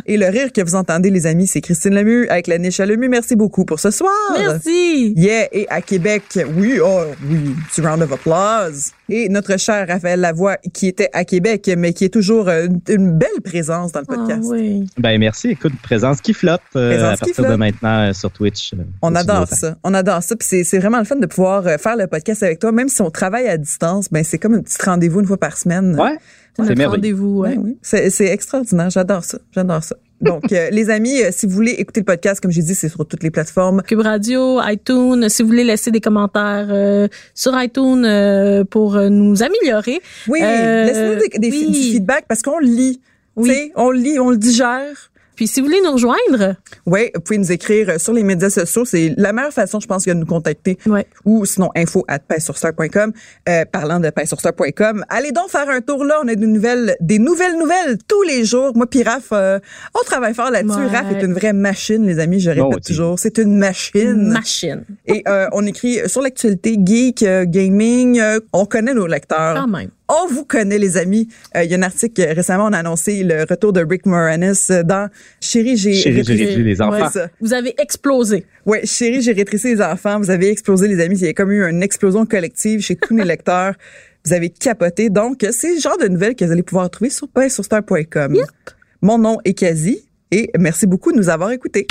B: Et le rire que vous entendez, les amis, c'est Christine Lemieux avec la niche à Lemieux. Merci beaucoup pour ce soir.
C: Merci.
B: Yeah, et à Québec, oui, oh oui, petit round of applause. Et notre cher Raphaël Lavoie, qui était à Québec, mais qui est toujours euh, une, une belle présence dans le podcast.
C: Ah, oui.
D: Ben merci. Écoute, présence qui flotte euh,
B: Présence
D: à
B: qui
D: partir de
B: flotte.
D: maintenant euh, sur Twitch. euh,
B: On
D: aussi
B: adore
D: longtemps.
B: ça. On adore ça. Puis c'est- c'est vraiment le fun de pouvoir euh, faire le podcast avec toi, même si on travaille à distance. Ben c'est comme un petit rendez-vous une fois par semaine.
D: Ouais,
C: C'est
D: c'est
C: notre
D: merveilleux.
C: rendez-vous. ouais.
B: Ben oui. C'est c'est extraordinaire. J'adore ça. J'adore ça. Donc, euh, les amis, euh, si vous voulez écouter le podcast, comme j'ai dit, c'est sur toutes les plateformes.
C: Cube Radio, iTunes. Si vous voulez laisser des commentaires euh, sur iTunes euh, pour euh, nous améliorer.
B: Oui,
C: Euh,
B: laissez-nous des, des-
C: oui.
B: du feedback parce qu'on lit.
C: Oui.
B: Tu sais, on lit, on le digère.
C: Puis si vous voulez nous rejoindre,
B: Oui, vous pouvez nous écrire euh, sur les médias sociaux. C'est la meilleure façon, je pense, que de nous contacter.
C: Ouais.
B: Ou sinon, info at painsurstar.com. Euh, parlant de painsurstar.com, allez donc faire un tour là. On a des nouvelles, des nouvelles nouvelles tous les jours. Moi, puis Raph, euh, on travaille fort là-dessus.
C: Ouais.
B: Raph est une vraie machine, les amis. Je répète
D: Oh, t'es-
B: toujours. C'est une machine.
C: machine.
B: Et euh, on écrit sur l'actualité geek, euh, gaming. euh, on connaît nos lecteurs.
C: Quand même.
B: On vous connaît, les amis. Euh, Il y a un article euh, récemment, on a annoncé le retour de Rick Moranis euh, dans Chérie, j'ai
D: Chérie, j'ai
B: rétréci-
D: réduit les
C: Ouais.
D: enfants.
B: Ah, C'est ça.
C: Vous avez explosé.
B: Ouais, chérie, j'ai rétréci les enfants. Vous avez explosé, les amis. Il y a comme eu une explosion collective chez tous mes lecteurs. Vous avez capoté. Donc, c'est le genre de nouvelles que vous allez pouvoir trouver sur painsurstar.com. Mon nom est Kazi et merci beaucoup de nous avoir écoutés.